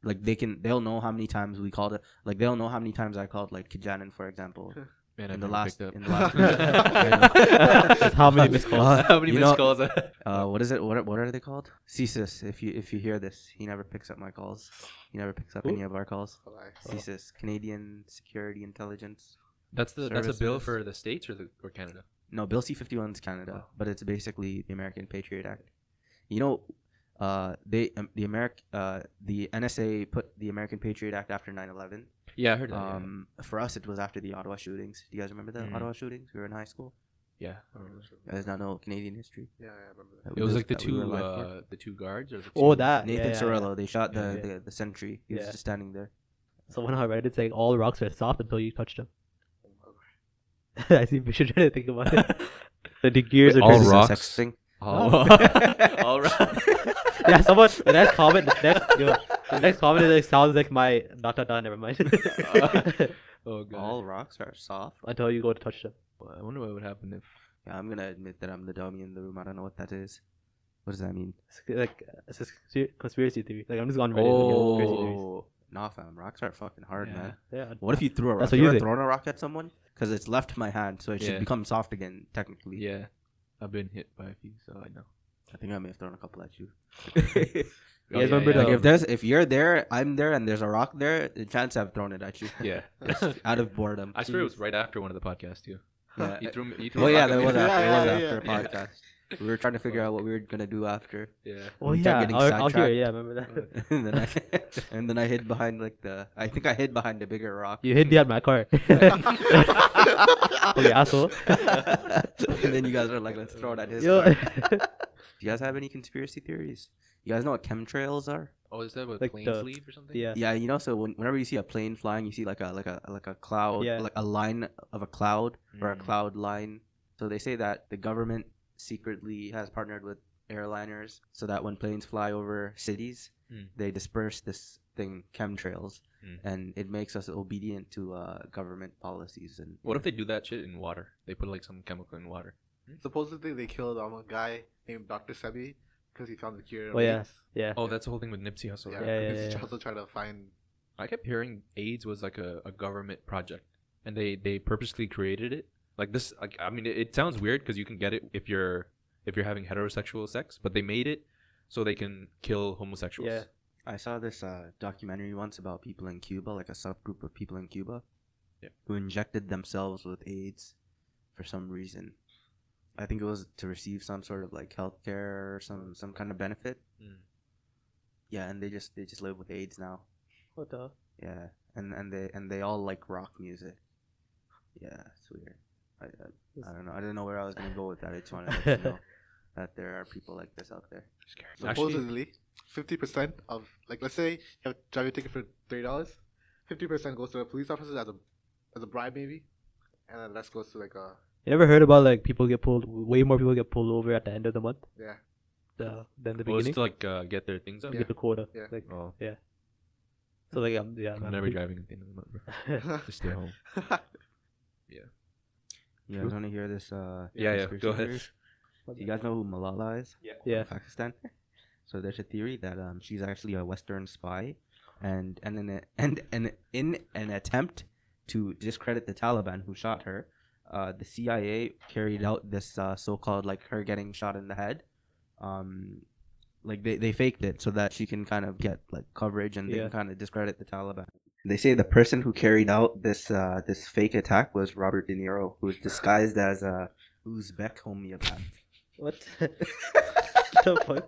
C: like they can they'll know how many times we called it like they'll know how many times i called like kijanin for example
A: Man,
C: in
A: I've
C: the
A: never
C: last
A: picked up.
C: in the last
D: That's how many missed calls.
A: How many
C: You
A: missed
C: know-
A: calls?
C: Uh, what is it? What are, what are they called? CSIS. If you if you hear this, he never picks up my calls. He never picks up
D: Who? Oh.
C: any of our calls.
E: Hold on.
C: CSIS, Canadian Security Intelligence.
A: that's the that's a bill
C: services.
A: for the states or the or Canada.
C: No, Bill C fifty one is Canada,
A: Oh.
C: but it's basically the American Patriot Act. You know, uh, they um, the Americ uh, the NSA put the American Patriot Act after 9-11.
A: Yeah, I heard that. Um,
C: Um, for us, it was after the Ottawa shootings. Do you guys remember the
D: Mm-hmm.
A: Mm.
C: Ottawa shootings? We were in high school.
A: yeah.
E: Yeah,
C: You guys not know Canadian history.
E: yeah, I remember that.
C: That we
A: It was like
C: lived-
A: the
C: that we were
A: two
C: alive for?
A: uh, the two guards or the two
D: Oh, that yeah,
C: Nathan
D: yeah,
C: Sorello. They shot the,
D: Yeah, yeah.
C: the the sentry. He was
D: Yeah.
C: just standing there.
D: yeah. Someone on Reddit saying all rocks are soft until you touch them. I see. We should try to think about it. the, the gears
A: Wait,
D: are
A: all
C: Is
D: dirty.
C: this a
A: rocks?
C: sex thing?
A: Oh. All right.
D: yeah, someone. The next comment. The next. Yo, the next comment is like sounds like my dot dot dot. Never mind.
A: Oh god.
C: All rocks are soft.
D: Until you go to touch them.
A: I wonder what would happen if
C: Yeah, I'm gonna admit that I'm the dummy in the room. I don't know what that is. What does that mean?
D: It's like it's a conspir- conspiracy theory. Like I'm just going Reddit. and get conspiracy theories.
C: Oh, nah, fam. Rocks are fucking hard,
A: Yeah.
C: man.
D: Yeah.
C: What if you threw a rock?
D: That's
C: you
D: what you
C: ever
D: think.
C: thrown a rock at someone? Because it's left my hand, so it should
A: Yeah.
C: become soft again, technically.
A: yeah, I've been hit by a few, so I know.
C: I think I may have thrown a couple at you.
A: Oh,
D: guys remember
A: yeah,
C: Like
D: the-
C: if there's, if you're there, I'm there, and there's a rock there, the chance I've thrown it at you
A: yeah.
C: out of boredom.
A: I swear it was right after one of the podcasts too.
C: Yeah.
A: He threw me. He threw
C: Oh
A: a
C: yeah,
A: rock at
C: that
A: me.
C: was after.
E: Yeah,
C: it was
E: yeah,
C: after
A: yeah.
C: a podcast. We were trying to figure out what we were gonna do after.
A: Yeah.
D: Oh
C: We start
D: yeah.
C: getting
D: Out, out here.
C: sidetracked. Mm.
D: Yeah, I remember that.
C: and then I and then I hid behind like the I think I hid behind the bigger rock.
D: You hid behind my car.
E: Oh,
D: okay, asshole.
C: and then you guys are like, let's throw it at his.
D: Yo,
C: car." Do you guys have any conspiracy theories? You guys know what chemtrails are?
A: Oh, is that what
D: Like
A: plane
D: the-
A: sleeve or something?
D: yeah.
C: Yeah, you know. So when, whenever you see a plane flying, you see like a like a like a cloud,
D: Yeah.
C: like a line of a cloud or a
A: Mm.
C: cloud line. So they say that the government secretly has partnered with airliners so that when planes fly over cities,
A: Mm.
C: they disperse this thing, chemtrails,
A: Mm.
C: and it makes us obedient to uh, government policies. And
A: What if they do that shit in water? They put like some chemical in water.
E: Supposedly they killed um, a guy named Doctor Sebi because he found the cure.
D: Oh, yeah.
E: AIDS.
D: Yeah.
A: Oh, that's the whole thing with Nipsey Hussle.
E: yeah.
A: right?
D: yeah,
E: he's
D: yeah.
E: also trying to find.
A: I kept hearing AIDS was like a, a government project, and they they purposely created it. Like this, like I mean, it, it sounds weird because you can get it if you're if you're having heterosexual sex, but they made it so they can kill homosexuals.
D: Yeah.
C: I saw this uh, documentary once about people in Cuba, like a subgroup of people in Cuba,
A: Yeah.
C: who injected themselves with AIDS for some reason. I think it was to receive some sort of like health care or some some kind of benefit.
A: Mm.
C: Yeah, and they just they just live with AIDS now.
D: What the?
C: Yeah, and and they and they all like rock music. Yeah, it's weird. I I, I don't know. I don't know where I was gonna go with that. I just wanted to let you know that there are people like this out there.
A: Scary. Actually,
E: Supposedly, fifty percent of like let's say you have a drive your ticket for thirty dollars, fifty percent goes to the police officers as a as a bribe maybe, and then the rest goes to like a
D: You never heard about like people get pulled? Way more people get pulled over at the end of the month
E: yeah.
D: uh, than the
C: Oh,
A: well, it's
D: beginning.
A: to like uh, get their things up.
D: You get the quota.
E: Yeah.
D: Like,
A: Oh,
D: so like I'm yeah.
A: I'm never driving at the end of the month. bro. Just stay home.
C: You guys want to hear this? Uh,
A: Yeah, yeah.
C: conspiracy
A: Go ahead.
C: theory? You guys know who Malala is?
D: yeah.
C: Pakistan. So there's a theory that um, she's actually a Western spy, and and in a, and and in an attempt to discredit the Taliban who shot her, uh, the CIA carried out this uh, so-called like her getting shot in the head, um, like they, they faked it so that she can kind of get like coverage and they
D: Yeah.
C: can kind of discredit the Taliban. They say the person who carried out this uh, this fake attack was Robert De Niro, who was disguised as a Uzbek homeopath.
D: What? the fuck?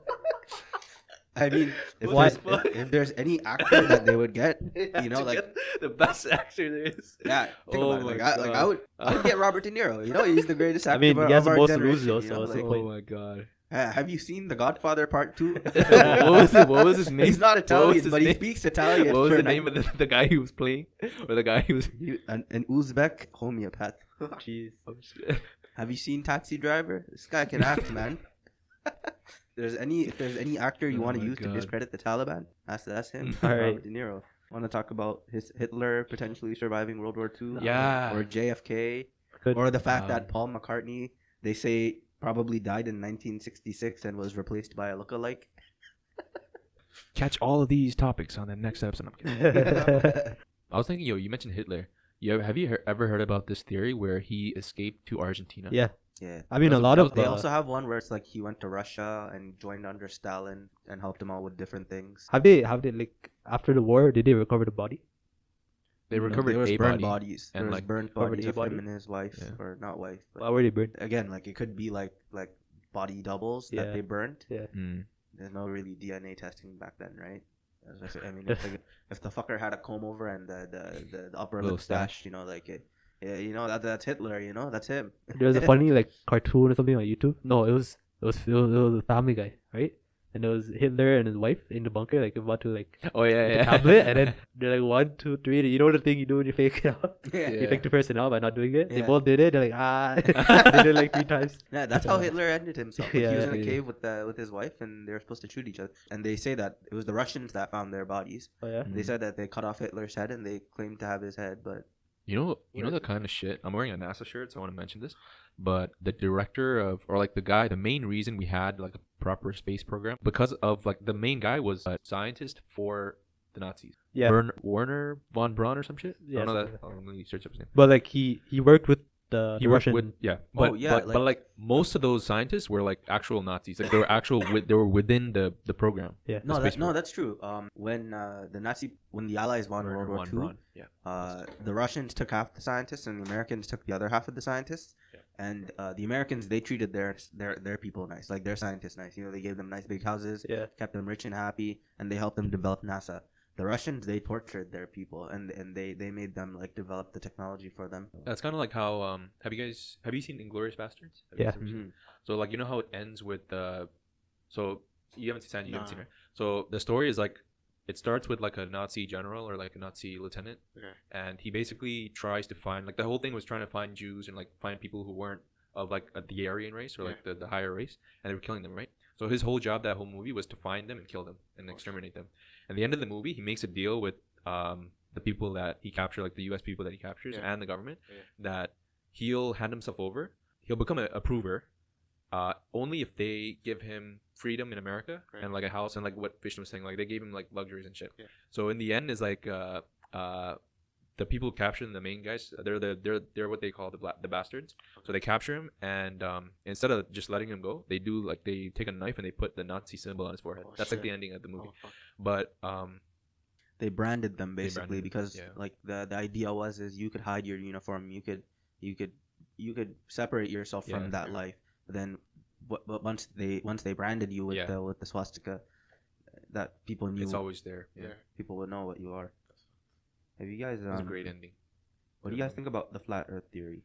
C: I mean, if
D: Why-
C: there's, if, if there's any actor that they would get, you know, like
A: the best actor there is.
C: yeah, think
A: Oh
C: about it. Like,
A: my
C: I, like I
A: God.
C: would, I would get Robert De Niro. You know, he's the greatest
D: Uh, I
C: actor.
D: mean,
C: of our-
D: he has
C: of
D: the
C: our
D: most to lose,
C: generation,
D: though,
C: you know,
D: so it's
C: like,
D: like-
A: oh my god.
C: uh, have you seen The Godfather Part Two?
A: what was it? What was his name?
C: He's not
A: was
C: Italian,
A: his
C: but he
A: name?
C: speaks Italian.
A: what was
C: for
A: the
C: an-
A: name of the, the guy he was playing, or the guy he was?
C: An, an Uzbek homeopath.
D: Jeez.
A: Oh, shit.
C: Have you seen Taxi Driver? This guy can act, man. there's any if there's any actor you
A: Oh
C: want to
A: my
C: use to
A: God.
C: discredit the Taliban, that's that's him.
A: All
C: Robert
D: right.
C: De Niro. Want to talk about his Hitler potentially surviving World War II?
A: Yeah.
C: Or JFK?
D: Good.
C: Or the fact
A: Um,
C: that Paul McCartney, they say, probably died in 1966 and was replaced by a lookalike.
A: Catch all of these topics on the next episode. I'm kidding.
D: yeah.
A: I was thinking, yo, you mentioned Hitler. You ever, have you he- ever heard about this theory where he escaped to Argentina?
C: Yeah.
D: I mean, a
A: Those-
D: lot of
C: They
D: uh,
C: also have one where it's like he went to Russia and joined under Stalin and helped him out with different things.
D: have they have they like after the war did they recover the body?
A: They recovered
C: there Mm, was
A: a body.
C: burned bodies. There
A: and,
C: was
A: like,
C: burned
D: Robert
C: bodies
D: E.
C: of
D: body?
C: him and his wife,
A: Yeah.
C: or not wife. But
D: Why were they burned?
C: again, like it could be like like body doubles
D: Yeah.
C: that they burned.
A: Mm.
C: There's no really DNA testing back then, right? That's what I say. I mean, if the, if the fucker had a comb over and the the, the, the upper
A: Little
C: lip stash, you know, like it, yeah, you know that that's Hitler, you know, that's him.
D: There was a funny like cartoon or something on YouTube. No, it was it was it was, it was a Family Guy, right? And it was Hitler and his wife in the bunker, like about to like
A: Oh yeah,
D: the
A: yeah.
D: tablet, and then they're like one, two, three. You know the thing you do when you fake it out.
A: Yeah.
D: You fake the person out by not doing it. They
C: Yeah.
D: both did it. They're like ah, they did it like three times.
C: Yeah, that's how
D: Yeah.
C: Hitler ended himself. Like,
D: Yeah,
C: he was in a
A: yeah.
C: cave with the with his wife, and they were supposed to shoot each other. And they say that it was the Russians that found their bodies.
D: Oh yeah.
C: They
A: Mm.
C: said that they cut off Hitler's head, and they claimed to have his head, but
A: You know, you know
C: Where-
A: the kind of shit. I'm wearing a NASA shirt, so I want to mention this. But the director of, or like the guy, the main reason we had like a proper space program because of like the main guy was a scientist for the Nazis.
D: Yeah.
A: Wern- Werner von Braun or some shit.
D: Yeah,
A: I don't know
D: something
A: that. I'm gonna search up his name.
D: But like he he worked with the,
A: He
D: the
A: worked
D: Russian.
A: with yeah, but
C: Uh, Oh, yeah,
A: but, but like
C: like-
A: most of those scientists were like actual Nazis. Like they were actual with they were within the the program. space
C: no,
D: yeah.
C: that, no,
A: program.
C: that's true. Um, when uh, the Nazi, when the Allies won
A: Werner
C: World War
A: von
C: Two,
A: Braun, Yeah.
C: Uh, the Russians took half the scientists, and the Americans took the other half of the scientists.
A: Yeah.
C: And uh, the Americans they treated their their their people nice, like their scientists nice. You know, they gave them nice big houses,
D: Yeah.
C: kept them rich and happy, and they helped them develop NASA. The Russians they tortured their people, and and they they made them like develop the technology for them.
A: That's kind of like how um have you guys have you seen Inglorious Bastards?
D: Yeah.
C: Mhm.
A: So like you know how it ends with uh so you haven't seen Sanji, you haven't seen
E: Nah.
A: her. So the story is like it starts with like a Nazi general or like a Nazi lieutenant
E: Okay.
A: and he basically tries to find like the whole thing was trying to find Jews and like find people who weren't of like a, the Aryan race or like the, the higher race, and they were killing them, right? So his whole job, that whole movie, was to find them and kill them and exterminate them. At the end of the movie, he makes a deal with um, the people that he captured, like the U.S. people that he captures,
E: Yeah.
A: and the government,
E: Yeah.
A: that he'll hand himself over. He'll become a approver, uh, only if they give him freedom in America
E: Right.
A: and like a house and like what Vision was saying, like they gave him like luxuries and shit.
E: Yeah.
A: So in the end, is like uh, uh, the people capturing the main guys. They're the they're they're what they call the bla- the bastards. So they capture him and um, instead of just letting him go, they do like they take a knife and they put the Nazi symbol on his forehead.
E: Oh,
A: That's like
E: shit.
A: the ending of the movie.
E: Oh, fuck.
A: But um,
C: they branded them
A: They
C: basically
A: branded them,
C: because
A: yeah.
C: like the the idea was is you could hide your uniform you could you could you could separate yourself
A: Yeah.
C: from that life but then but, but once they once they branded you with
A: Yeah.
C: the with the swastika that people knew
A: it's always there. Yeah,
E: Yeah.
C: people would know what you are have you guys
A: it was a
C: um,
A: great um, ending.
C: what do you guys think about the flat earth theory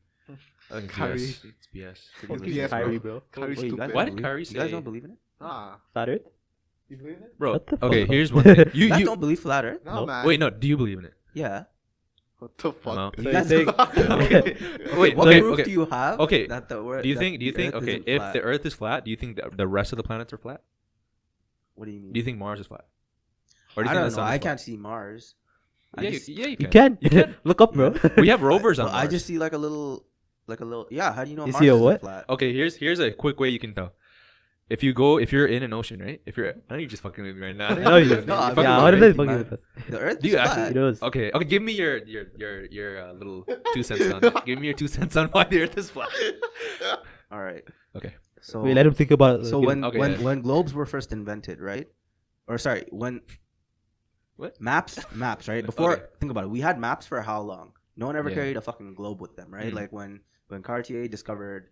A: I think it's
E: Kyrie-
A: BS. It's BS.
D: Oh,
E: It's
C: Kyrie-
E: BS,
D: Kyrie,
E: bro.
D: bro.
E: Kyrie's
C: Wait, you guys
E: stupid.
C: don't
A: What did
C: believe-
A: Kyrie
C: you guys
A: say?
C: don't believe in it
E: Nah.
D: Flat Earth?
E: You believe it?
A: Bro,
D: What the
A: okay,
D: fuck?
A: here's one thing.
C: you
A: You
C: guys
A: you
C: don't believe flat earth
E: No,
D: Nope.
E: man.
A: wait, no, do you believe in it?
C: yeah
E: What the
A: No.
E: fuck?
D: So you
C: guys-
D: think,
A: Wait,
C: what
A: okay,
C: proof
A: okay.
C: do you have
A: Okay,
C: that the wor-
A: Do you
C: that
A: think? Do you
C: the
A: think?
C: Earth
A: Okay,
C: isn't
A: if
C: flat?
A: the Earth is flat, do you think the, the rest of the planets are flat?
C: what do you mean
A: Do you think Mars is flat?
C: i
A: think
C: don't
A: the
C: know
A: sun is
C: i
A: flat?
C: can't see mars I
A: Yeah, you,
C: just-
A: yeah, you
D: you
A: can.
D: can.
A: You can.
D: Look up, bro.
A: We have rovers on
C: Well, I
A: Mars.
C: just see like a little, like a little. Yeah, how do you know
D: You
C: Mars
D: see a
C: isn't
D: what?
C: flat?
A: Okay, here's here's a quick way you can tell. If you go, if you're in an ocean, right? If you're, I know you're just fucking with me right now.
D: I know you.
C: No, I
A: You're
C: mean,
A: fucking
D: yeah,
A: with
D: what
A: me.
C: it-
D: if it's fucking
C: man.
D: with us?
C: The Earth
A: Do
C: is
A: you actually-
C: flat.
D: It is.
A: Okay, okay. Give me your your your your uh, little two cents on it. Give me your two cents on why the Earth is flat.
C: All right.
A: Okay.
C: So
D: We let him think about it.
C: so
D: like,
C: when
A: Okay,
C: when
A: yeah.
C: when globes were first invented, right? Or sorry, when
A: What?
C: maps maps right before
A: Okay.
C: think about it, we had maps for how long? No one ever
A: Yeah.
C: carried a fucking globe with them, right?
A: Mm.
C: Like when when Cartier discovered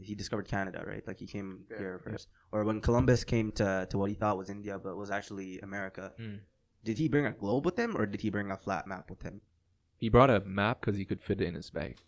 C: he discovered Canada, right? Like he came
E: Yeah.
C: here first, or when Columbus came to to what he thought was India, but was actually America.
A: Mm.
C: Did he bring a globe with him, or did he bring a flat map with him?
A: He brought a map because he could fit it in his bag.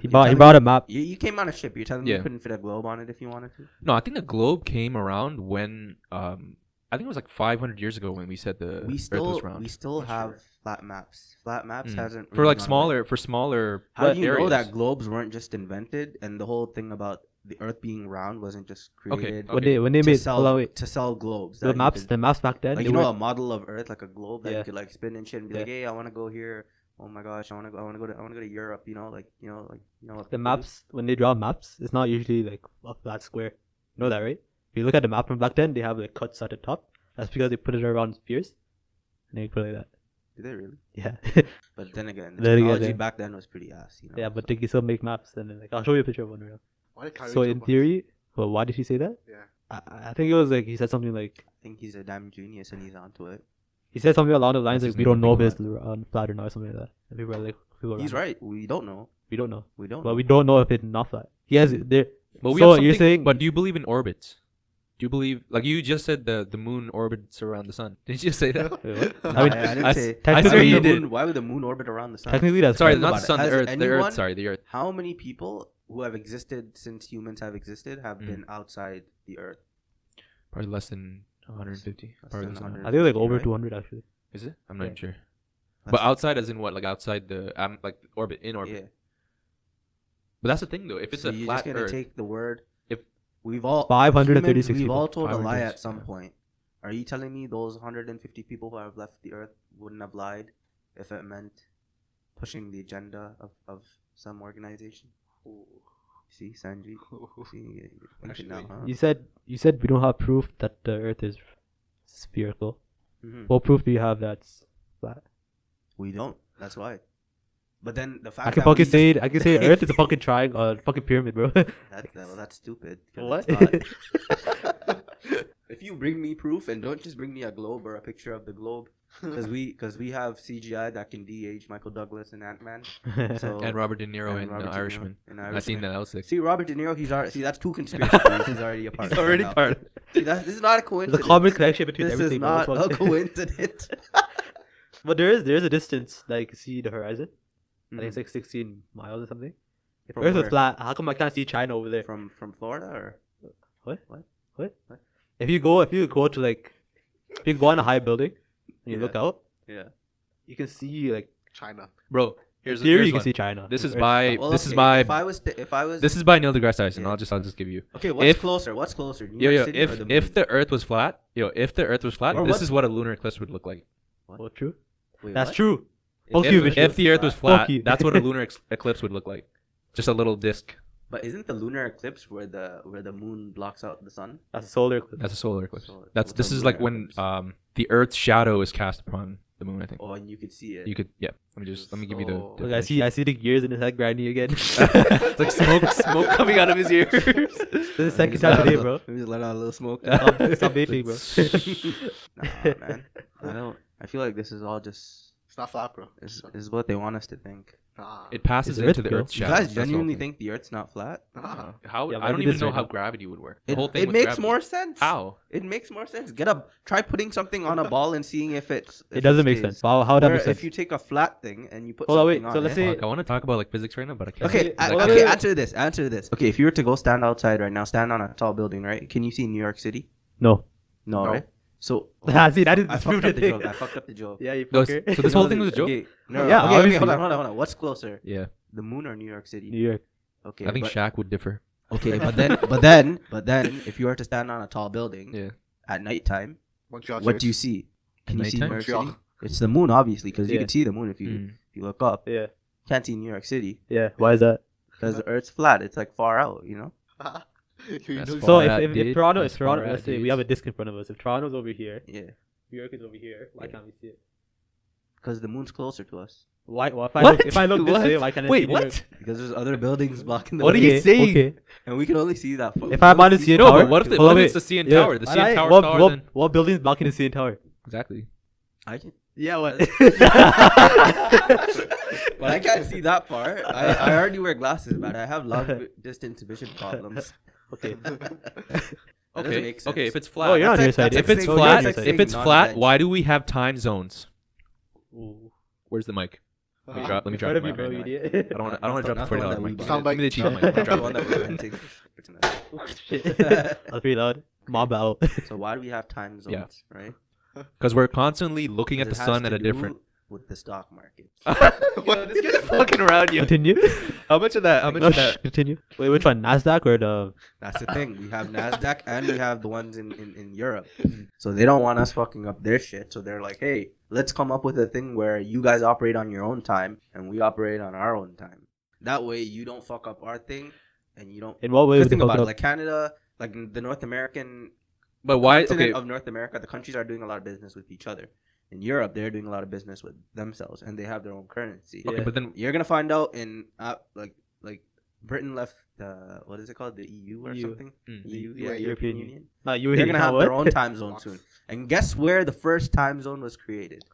D: he, brought, he brought a map.
C: You, you came on a ship. You're telling me
A: Yeah. Uh,
C: you couldn't fit a globe on it if you wanted to.
A: No, I think the globe came around when um, I think it was like 500 years ago when we said the
C: we
A: Earth
C: still
A: was round.
C: we still
E: Not
C: have
E: sure.
C: flat maps. Flat maps
A: Mm.
C: hasn't
A: for
C: really
A: like
C: gone away.
A: smaller for smaller
C: How do you know
A: areas.
C: that globes weren't just invented and the whole thing about the Earth being round wasn't just created
A: okay.
D: When they when they
C: to
D: made
C: sell
D: allow it,
C: to sell globes? that
D: the
C: you
D: maps
C: could-
D: the maps back then
C: like
D: they
C: you know
D: were
C: a model of Earth like a globe that
D: Yeah.
C: you could like spin and shit and be like, hey, I want to go here. Oh my gosh, I want to go. I want to go to. I want to go to Europe. You know, like you know, like you know.
D: the
C: like-
D: maps when they draw maps it's not usually like a flat square you know that right if you look at the map from back then they have like cuts at the top that's because they put it around spheres and they put it like that
C: Did they really?
D: yeah
C: But then again, the
D: Then again,
C: technology
D: yeah.
C: back then was pretty ass. You know.
D: yeah but they can still make maps and then, like i'll show you a picture of one right now
E: Why did Kyrie
D: so in
E: jump on-
D: theory well why did he say that
E: Yeah.
D: I, I think it was like he said something like
C: I think he's a damn genius and he's onto it.
D: he said something along the lines
A: That's
D: like
A: just
D: we
A: made me
D: don't know if
A: think
D: it's on flat or not or something like that and people are like people are
C: He's
D: like,
C: right. Oh. We don't know.
D: we don't know
C: We don't.
D: but
C: know.
D: we don't know if it's not flat he has there
A: But we
D: So
A: have
D: you're
A: something-
D: saying-
A: But do you believe in orbits? Do you believe like you just said the the moon orbits around the sun? Did you say that?
D: wait, what?
C: I,
D: I mean,
C: I didn't
A: I s-
C: say.
A: I
C: Why
A: see
C: would
A: you
C: the
A: did.
C: moon- Why would the moon orbit around the sun?
D: technically that's
A: Sorry,
D: flat.
A: not
C: about
A: the
C: it.
A: sun. The
C: Has
A: earth. The
C: anyone-
A: earth. Sorry, the earth.
C: How many people who have existed since humans have existed have
A: Mm.
C: been outside the Earth?
A: Probably less than 150.
C: Less
A: Probably
C: than
A: less than 100.
C: 100.
D: I think like over
C: Right?
D: 200 actually.
A: Is it? I'm not
D: Yeah.
A: even sure. but
C: That's-
A: outside, as in what? Like outside the um, like orbit, in orbit.
C: yeah.
A: But that's the thing, though. If it's
C: so
A: a
C: you're
A: flat
C: just gonna
A: Earth,
C: take the word.
A: If-
C: we've all
D: 536
C: humans, we've
D: people.
C: all told a lie
A: 536,
C: at some
A: yeah.
C: point. Are you telling me those 150 people who have left the Earth wouldn't have lied if it meant pushing the agenda of, of some organization? See, Sanji. See,
A: Actually,
C: now, huh?
D: You said you said we don't have proof that the Earth is spherical.
C: Mhm.
D: What proof do you have that's flat?
C: We don't. That's why. But then the fact
D: I can
C: that we
D: fucking
C: just-
D: say it. I can say Earth is a fucking triangle, uh, fucking pyramid, bro.
C: That, that- well, that's stupid. 'cause
D: what?
C: it's not. if you bring me proof and don't just bring me a globe or a picture of the globe, because we because we have CGI that can de-age Michael Douglas and Ant Man. So
A: and Robert De Niro and,
C: Robert
A: the
C: De Niro
A: Irishman.
C: and
A: I seen
C: Irishman.
A: that. That was sick.
C: See Robert De Niro, he's already see that's two conspiracy theories. He's already a part.
A: He's
C: of it
A: already
C: now.
A: part. of-
C: See, that's, this is not a
D: There's
C: coincidence.
D: a common connection between
C: this is
D: everything. bro.
C: not
D: That's
C: a
D: what-
C: coincidence.
D: but there is there is a distance that you can see the horizon. I
A: Mm-hmm.
D: think it's
C: Mhm.
D: like 16 miles or something. If
C: From
D: Earth
C: where?
D: is flat, how come I can't see China over there?
C: from from Florida or
D: If you go, if you go to like, if you go on a high building and you
C: Yeah.
D: look out,
C: Yeah.
D: you can see like
E: China.
A: Bro, Here's,
D: Here
A: here's
D: you can
A: one.
D: see China.
A: This is
D: Right.
A: by
C: Well,
A: this is
C: okay,
A: by
C: If I was, to, if I was,
A: this is by Neil deGrasse Tyson.
C: Yeah.
A: I'll just I'll just give you.
C: okay. What's
A: if-
C: closer? What's closer? New
A: Yo
C: York
A: yo,
C: City or
A: if
C: the
A: if
C: moon?
A: the Earth was flat, yo, if the Earth was flat,
D: Or
A: this
D: what?
A: is what a lunar eclipse would look like.
D: Well, true.
C: Wait,
D: That's
C: what?
D: true.
C: If
D: Fuck
C: the
D: you,
A: If,
D: Vishnu.
A: if the Earth was
D: Fuck
A: flat,
D: you.
A: that's what a lunar ex- eclipse would look like. Just a little disc.
C: But isn't the lunar eclipse where the where the moon blocks out the sun?
D: That's a solar eclipse.
A: That's a solar eclipse.
C: Solar-
A: That's
C: what's
A: this
C: a
A: is like
C: lunar
A: when
C: eclipse?
A: um the Earth's shadow is cast upon the moon. I think
C: Oh, and you could see it.
A: you could. Yeah. Let me just let me give you the.
E: So-
D: Look, I
A: definition.
D: see, I see the gears in his head grinding again.
A: it's like smoke smoke coming out of his ears.
D: This is the second time today, bro.
C: Let me just let out a little smoke.
D: Stop, stop vaping, bro.
C: Nah, man. I don't. I feel like this is all just
E: It's not flat, bro.
C: is, is what they want us to think.
E: Nah.
A: It passes
D: It's a
A: into the
D: bit, bro.
A: Earth's
C: Do you
A: shadow.
C: guys
A: That's the whole
C: genuinely
A: thing.
C: think the Earth's not flat?
E: nah.
A: how?
D: Yeah,
A: I don't
D: maybe
A: even
D: this
A: know
D: right
A: how
D: now.
A: gravity would work. The
C: It,
A: whole thing
C: it
A: with
C: makes
A: gravity.
C: more sense.
A: How?
C: It makes more sense. Get a try putting something on a ball and seeing if it's. if
D: It doesn't make
C: stays.
D: sense. How, how would that
C: Where
D: make sense?
C: If you take a flat thing and you put
D: Hold on,
C: something
D: wait,
C: on
D: so let's
C: it-
D: say-
A: Fuck, I want to talk about like physics right now, but I can't.
C: Okay,
A: Like,
C: I,
A: I
C: okay.
A: can't.
C: Answer this. Answer this. Okay, if you were to go stand outside right now, stand on a tall building, right? Can you see New York City?
D: No.
C: No,
E: No.
C: right? So
D: I Ah, see, that didn't
C: I fucked
D: disprove
C: up
D: it.
C: the joke. I fucked up the joke.
D: Yeah, you
A: No,
D: fucker.
A: so this whole thing was a joke.
C: Okay, no,
D: Yeah,
C: okay, okay,
D: obviously.
C: hold on, hold on, hold on. What's closer,
A: Yeah,
C: the moon or New York City?
D: New York.
C: Okay,
A: I think
C: but,
A: Shaq would differ.
C: okay, but then, but then, but then, if you were to stand on a tall building
A: Yeah.
C: at nighttime,
E: Montreal.
C: what do you
E: Chase.
C: see? Can
A: At
C: you see New
A: nighttime?
C: York City?
E: Montreal.
C: It's the moon, obviously, because you
D: Yeah.
C: can see the moon if you
A: Mm.
C: if you look up.
D: Yeah,
C: Can't see New York City
D: yeah. Why is that?
C: because the Earth's flat. It's like far out, you know.
E: You
A: That's
E: know-
A: Far
D: So
A: out,
D: if, if, if
A: dude.
D: Toronto, if
A: That's
D: Toronto,
A: far
D: let's
A: out,
D: say we
A: dude.
D: have a disc in front of us. If Toronto's over here,
C: Yeah,
D: New York is over here. Why can't we see it?
C: because the moon's closer to us.
D: Why? Well, if I
A: What?
D: look, if I look this
A: What?
D: way, why can't I see
A: Wait,
D: New York?
A: what?
C: Because there's other buildings blocking the
A: What are
C: way,
A: you saying?
D: Okay.
C: and we can only see that. fu-
D: If I'm
C: only
D: honest,
C: see
D: you
C: the
A: No,
D: know,
C: tower.
A: but what if the
D: Hold
A: what
D: on,
A: if it's the
D: wait.
A: CN
D: Yeah.
A: Tower? The
D: Why
A: CN
D: not?
A: Tower's
D: what,
A: taller
D: what,
A: than
D: what building is blocking the CN Tower?
A: exactly.
C: I can,
D: Yeah, what?
C: but I can't see that far. I, I already wear glasses, but I have long vi- distance vision problems.
D: okay.
C: That doesn't
A: Okay,
C: make sense.
A: okay. If it's
D: Oh,
A: flat,
D: you're on
C: That's
D: your
C: like-
D: side.
C: that's
A: if
C: like
A: it's
C: saying-
A: flat,
C: that's like
A: if it's
C: saying
A: flat,
C: non-essential.
A: why do we have time zones?
D: Ooh.
A: Where's the mic? Let me
E: Ah,
A: drop. Let me
D: In
A: drop the
D: front of you,
A: mic.
D: bro,
A: right
D: you
A: now.
D: idiot.
A: I don't. wanna- I don't want to drop the
C: Not the
A: forty dollar
C: one
A: mic.
C: that we
A: Give me the cheap mic.
E: buy.
A: I'm gonna
C: Not the
A: drop
C: one
A: it.
C: that we're renting.
D: That's pretty loud. Mob out.
C: so why do we have time zones, right?
A: Because we're constantly looking
C: 'Cause
A: at the
C: it has
A: sun at
C: to
A: a different.
C: do with the stock market.
A: What? This guy's fucking around you.
D: Continue.
A: How much of that? How much
D: No,
A: of
D: sh-
A: that?
D: continue. Wait, which one? Nasdaq or the?
C: That's the thing. We have Nasdaq and we have the ones in, in, in Europe.
D: Mm-hmm.
C: So they don't want us fucking up their shit. So they're like, hey, let's come up with a thing where you guys operate on your own time and we operate on our own time. That way you don't fuck up our thing and you don't.
D: In what way?
C: Because
D: would they
C: think
D: fuck
C: about
D: it
C: it,
D: up?
C: like Canada, like the North American
A: But why?
C: continent
A: Okay.
C: of North America, the countries are doing a lot of business with each other. In Europe, they're doing a lot of business with themselves and they have their own currency.
A: Okay,
D: Yeah.
A: but then
C: You're gonna find out in uh, like like Britain left the what is it called the EU or
D: EU.
C: something?
A: Mm.
C: EU, yeah,
E: Yeah, European
C: European
D: Union.
C: Union.
D: Nah, you
C: They're
D: hate
C: gonna
D: how
C: have
D: what?
C: their own time zone
E: Box.
C: soon. And guess where the first time zone was created?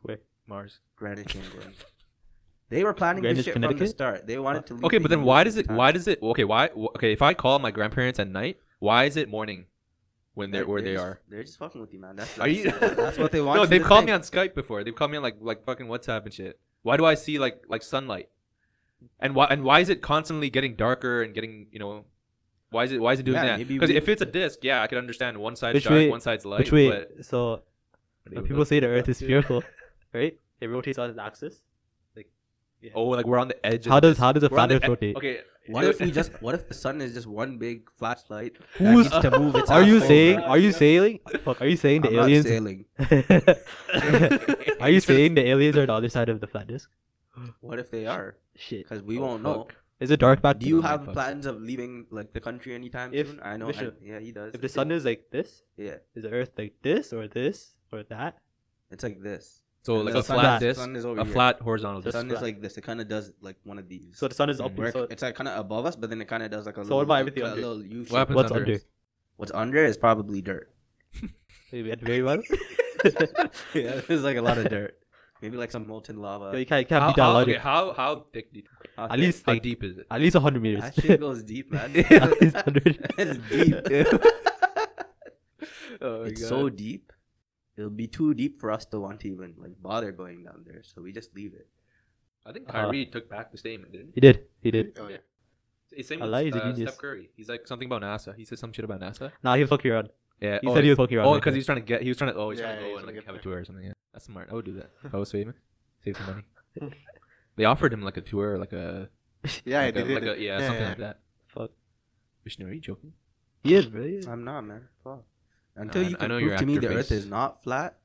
A: Mars.
C: Greenwich, England. They were planning
D: Greenwich,
C: this shit from the
D: Connecticut?
C: start. They wanted to. Leave
A: Uh, Okay,
C: the
A: but then
C: EU
A: why
C: at
A: does
C: this
A: it?
C: time.
A: Why does it? Okay, why? Okay, if I call my grandparents at night, why is it morning when they're
C: Like,
A: where they
C: just-
A: are?
C: They're just fucking with you, man. That's,
A: Are you-
C: that's- that's what they want.
A: No,
C: you
A: they've
C: to
A: called me
C: think.
A: on Skype before. They've called me on like like fucking WhatsApp and shit. Why do I see like like sunlight? And why and why is it constantly getting darker and getting you know? Why is it why is it doing
C: Yeah,
A: that?
C: maybe
A: Because
C: we-
A: if it's a disc, yeah, I can understand one side's
D: Which
A: dark,
D: way-
A: one side's light.
D: Which way?
A: But
D: So when people say the Earth is spherical, right? It rotates on its axis. Like, yeah.
A: oh, like we're on the edge.
D: how
A: of
D: does
A: this.
D: how does a
A: We're on
D: flat
A: the
D: Earth
A: e-
D: rotate?
A: Okay,
C: What if we just? What if the sun is just one big flashlight? that
D: Who's-
C: needs to move its
D: Are you
C: asshole
D: saying?
C: around?
D: Are you saying? Fuck, are you saying the
C: I'm not
D: aliens?
C: sailing.
D: are you saying the aliens are on the other side of the flat disk?
C: What if they are?
D: Shit.
C: Because we
A: Oh,
C: won't know.
A: fuck.
D: Is it dark back?
C: Do you
A: Don't know,
C: have
A: fuck.
C: plans of leaving like the country anytime
D: If-
C: soon? I know. I,
D: Bishop,
C: yeah, he does.
D: If the sun is like this,
C: yeah,
D: is the Earth like this or this or that?
C: it's like this.
A: so
C: And
A: like
C: the
A: a
C: sun
A: flat
D: is-
A: disc,
C: sun is over
A: a
C: here.
A: flat horizontal
C: The
A: disc.
C: sun is
D: flat.
C: like this. It kind of does like one of these.
D: So the sun is up.
C: Where
D: So
C: it's like kind of above us, but then it kind of does like a
D: So
C: little.
D: what about everything
C: a
D: under?
C: little U
A: What
C: shape.
A: happens
D: What's
A: under?
D: under?
C: What's under is probably dirt.
D: Wait, we had very well.
C: yeah, there's like a lot of dirt. Maybe like some molten lava.
D: Yo, you can't, you can't
A: How,
D: beat that
A: how,
D: logic.
A: okay, how how thick? do you-
C: Out
D: At
C: there.
D: least
A: How
D: like
A: deep is it?
D: at least hundred meters.
C: that shit goes deep, man.
D: At least 100.
C: it's deep.
A: Oh my
C: it's
A: God.
C: so deep. It'll be too deep for us to want to even like bother going down there. So we just leave it.
A: I think
D: Uh,
A: Kyrie took back the statement, didn't
D: He did. He did.
E: Oh, yeah.
A: he? Same
D: Allah
A: with
D: is a
A: uh,
D: genius.
A: Steph Curry. He's like something about NASA. He said some shit about NASA.
D: Nah, he was fucking around.
A: Yeah.
D: He
A: oh,
D: said he was fucking around.
A: Oh,
D: right
A: because he
D: there.
A: was trying to get. He was trying to. Oh, he's
E: Yeah,
A: trying to
E: yeah,
A: go
E: he's
A: and
E: trying to
A: like
E: get
A: have a
E: there.
A: tour or something. Yeah, that's smart. I would do that. If I was famous, save some money. They offered him like a tour, like a
E: Yeah,
A: like
E: they
A: a-
E: did.
A: like
E: it.
A: a- yeah,
E: yeah,
A: something
E: yeah.
A: like that.
D: Fuck.
A: Vishnu, are you joking?
D: He is, bro. yeah.
C: I'm not, man. Fuck. Until
A: I-
C: you
A: I
C: can
A: know
C: prove
A: your
C: to me the
A: actor
C: Earth
A: face.
C: is not flat,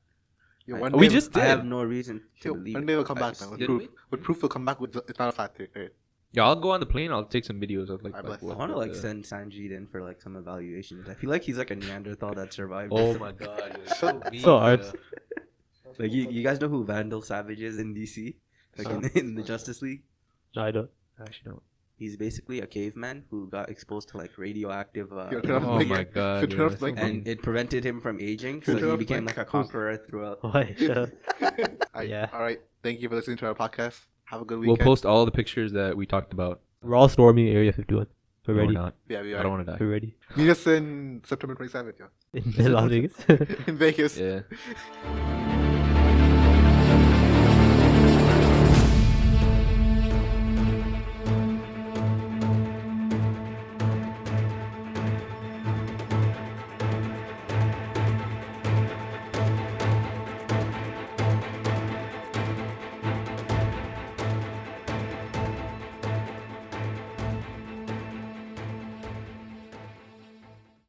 E: Yo,
C: I-
E: one
A: We
E: day-
A: just did.
C: I have no reason to
E: yo,
C: believe
E: one
C: it.
E: day we'll come
C: I
E: back,
C: just
E: man. With
A: didn't
E: proof,
A: we?
E: with proof, will come back with the- it's not a fact. It, it-
A: Yeah, I'll go on the plane. I'll take some videos of like.
E: I
A: like
E: bless-
C: I
A: what-
C: want to
A: what
C: like
A: the-
C: send Sanjeev in for like some evaluations. I feel like he's like a Neanderthal that survived.
A: Oh my god. you're
E: So-
A: mean,
D: so hard.
A: bro.
C: Like you, you guys know who Vandal Savage is in DC, like in, in the Justice League.
D: No, I don't.
A: I actually don't.
C: He's basically a caveman who got exposed to like radioactive, uh,
E: You're
C: elements,
E: not-
A: Oh
E: Like,
A: my god.
E: the
A: yeah,
E: turf,
A: that's
E: like-
A: so mean.
C: and it prevented him from aging, so he
E: You're
C: became
E: like-
C: like a conqueror throughout.
D: Why? Shut up.
E: I-
D: Yeah.
E: All right. Thank you for listening to our podcast. Have a good
A: we'll
E: weekend.
A: post all the pictures that we talked about.
D: We're all storming Area 51. We're
A: No, we're
D: ready.
A: not.
E: yeah, we
A: I don't
E: are.
A: want to die.
D: We're ready.
E: Meet us in September 27th, yo.
D: In Las Vegas.
E: in Vegas.
A: Yeah.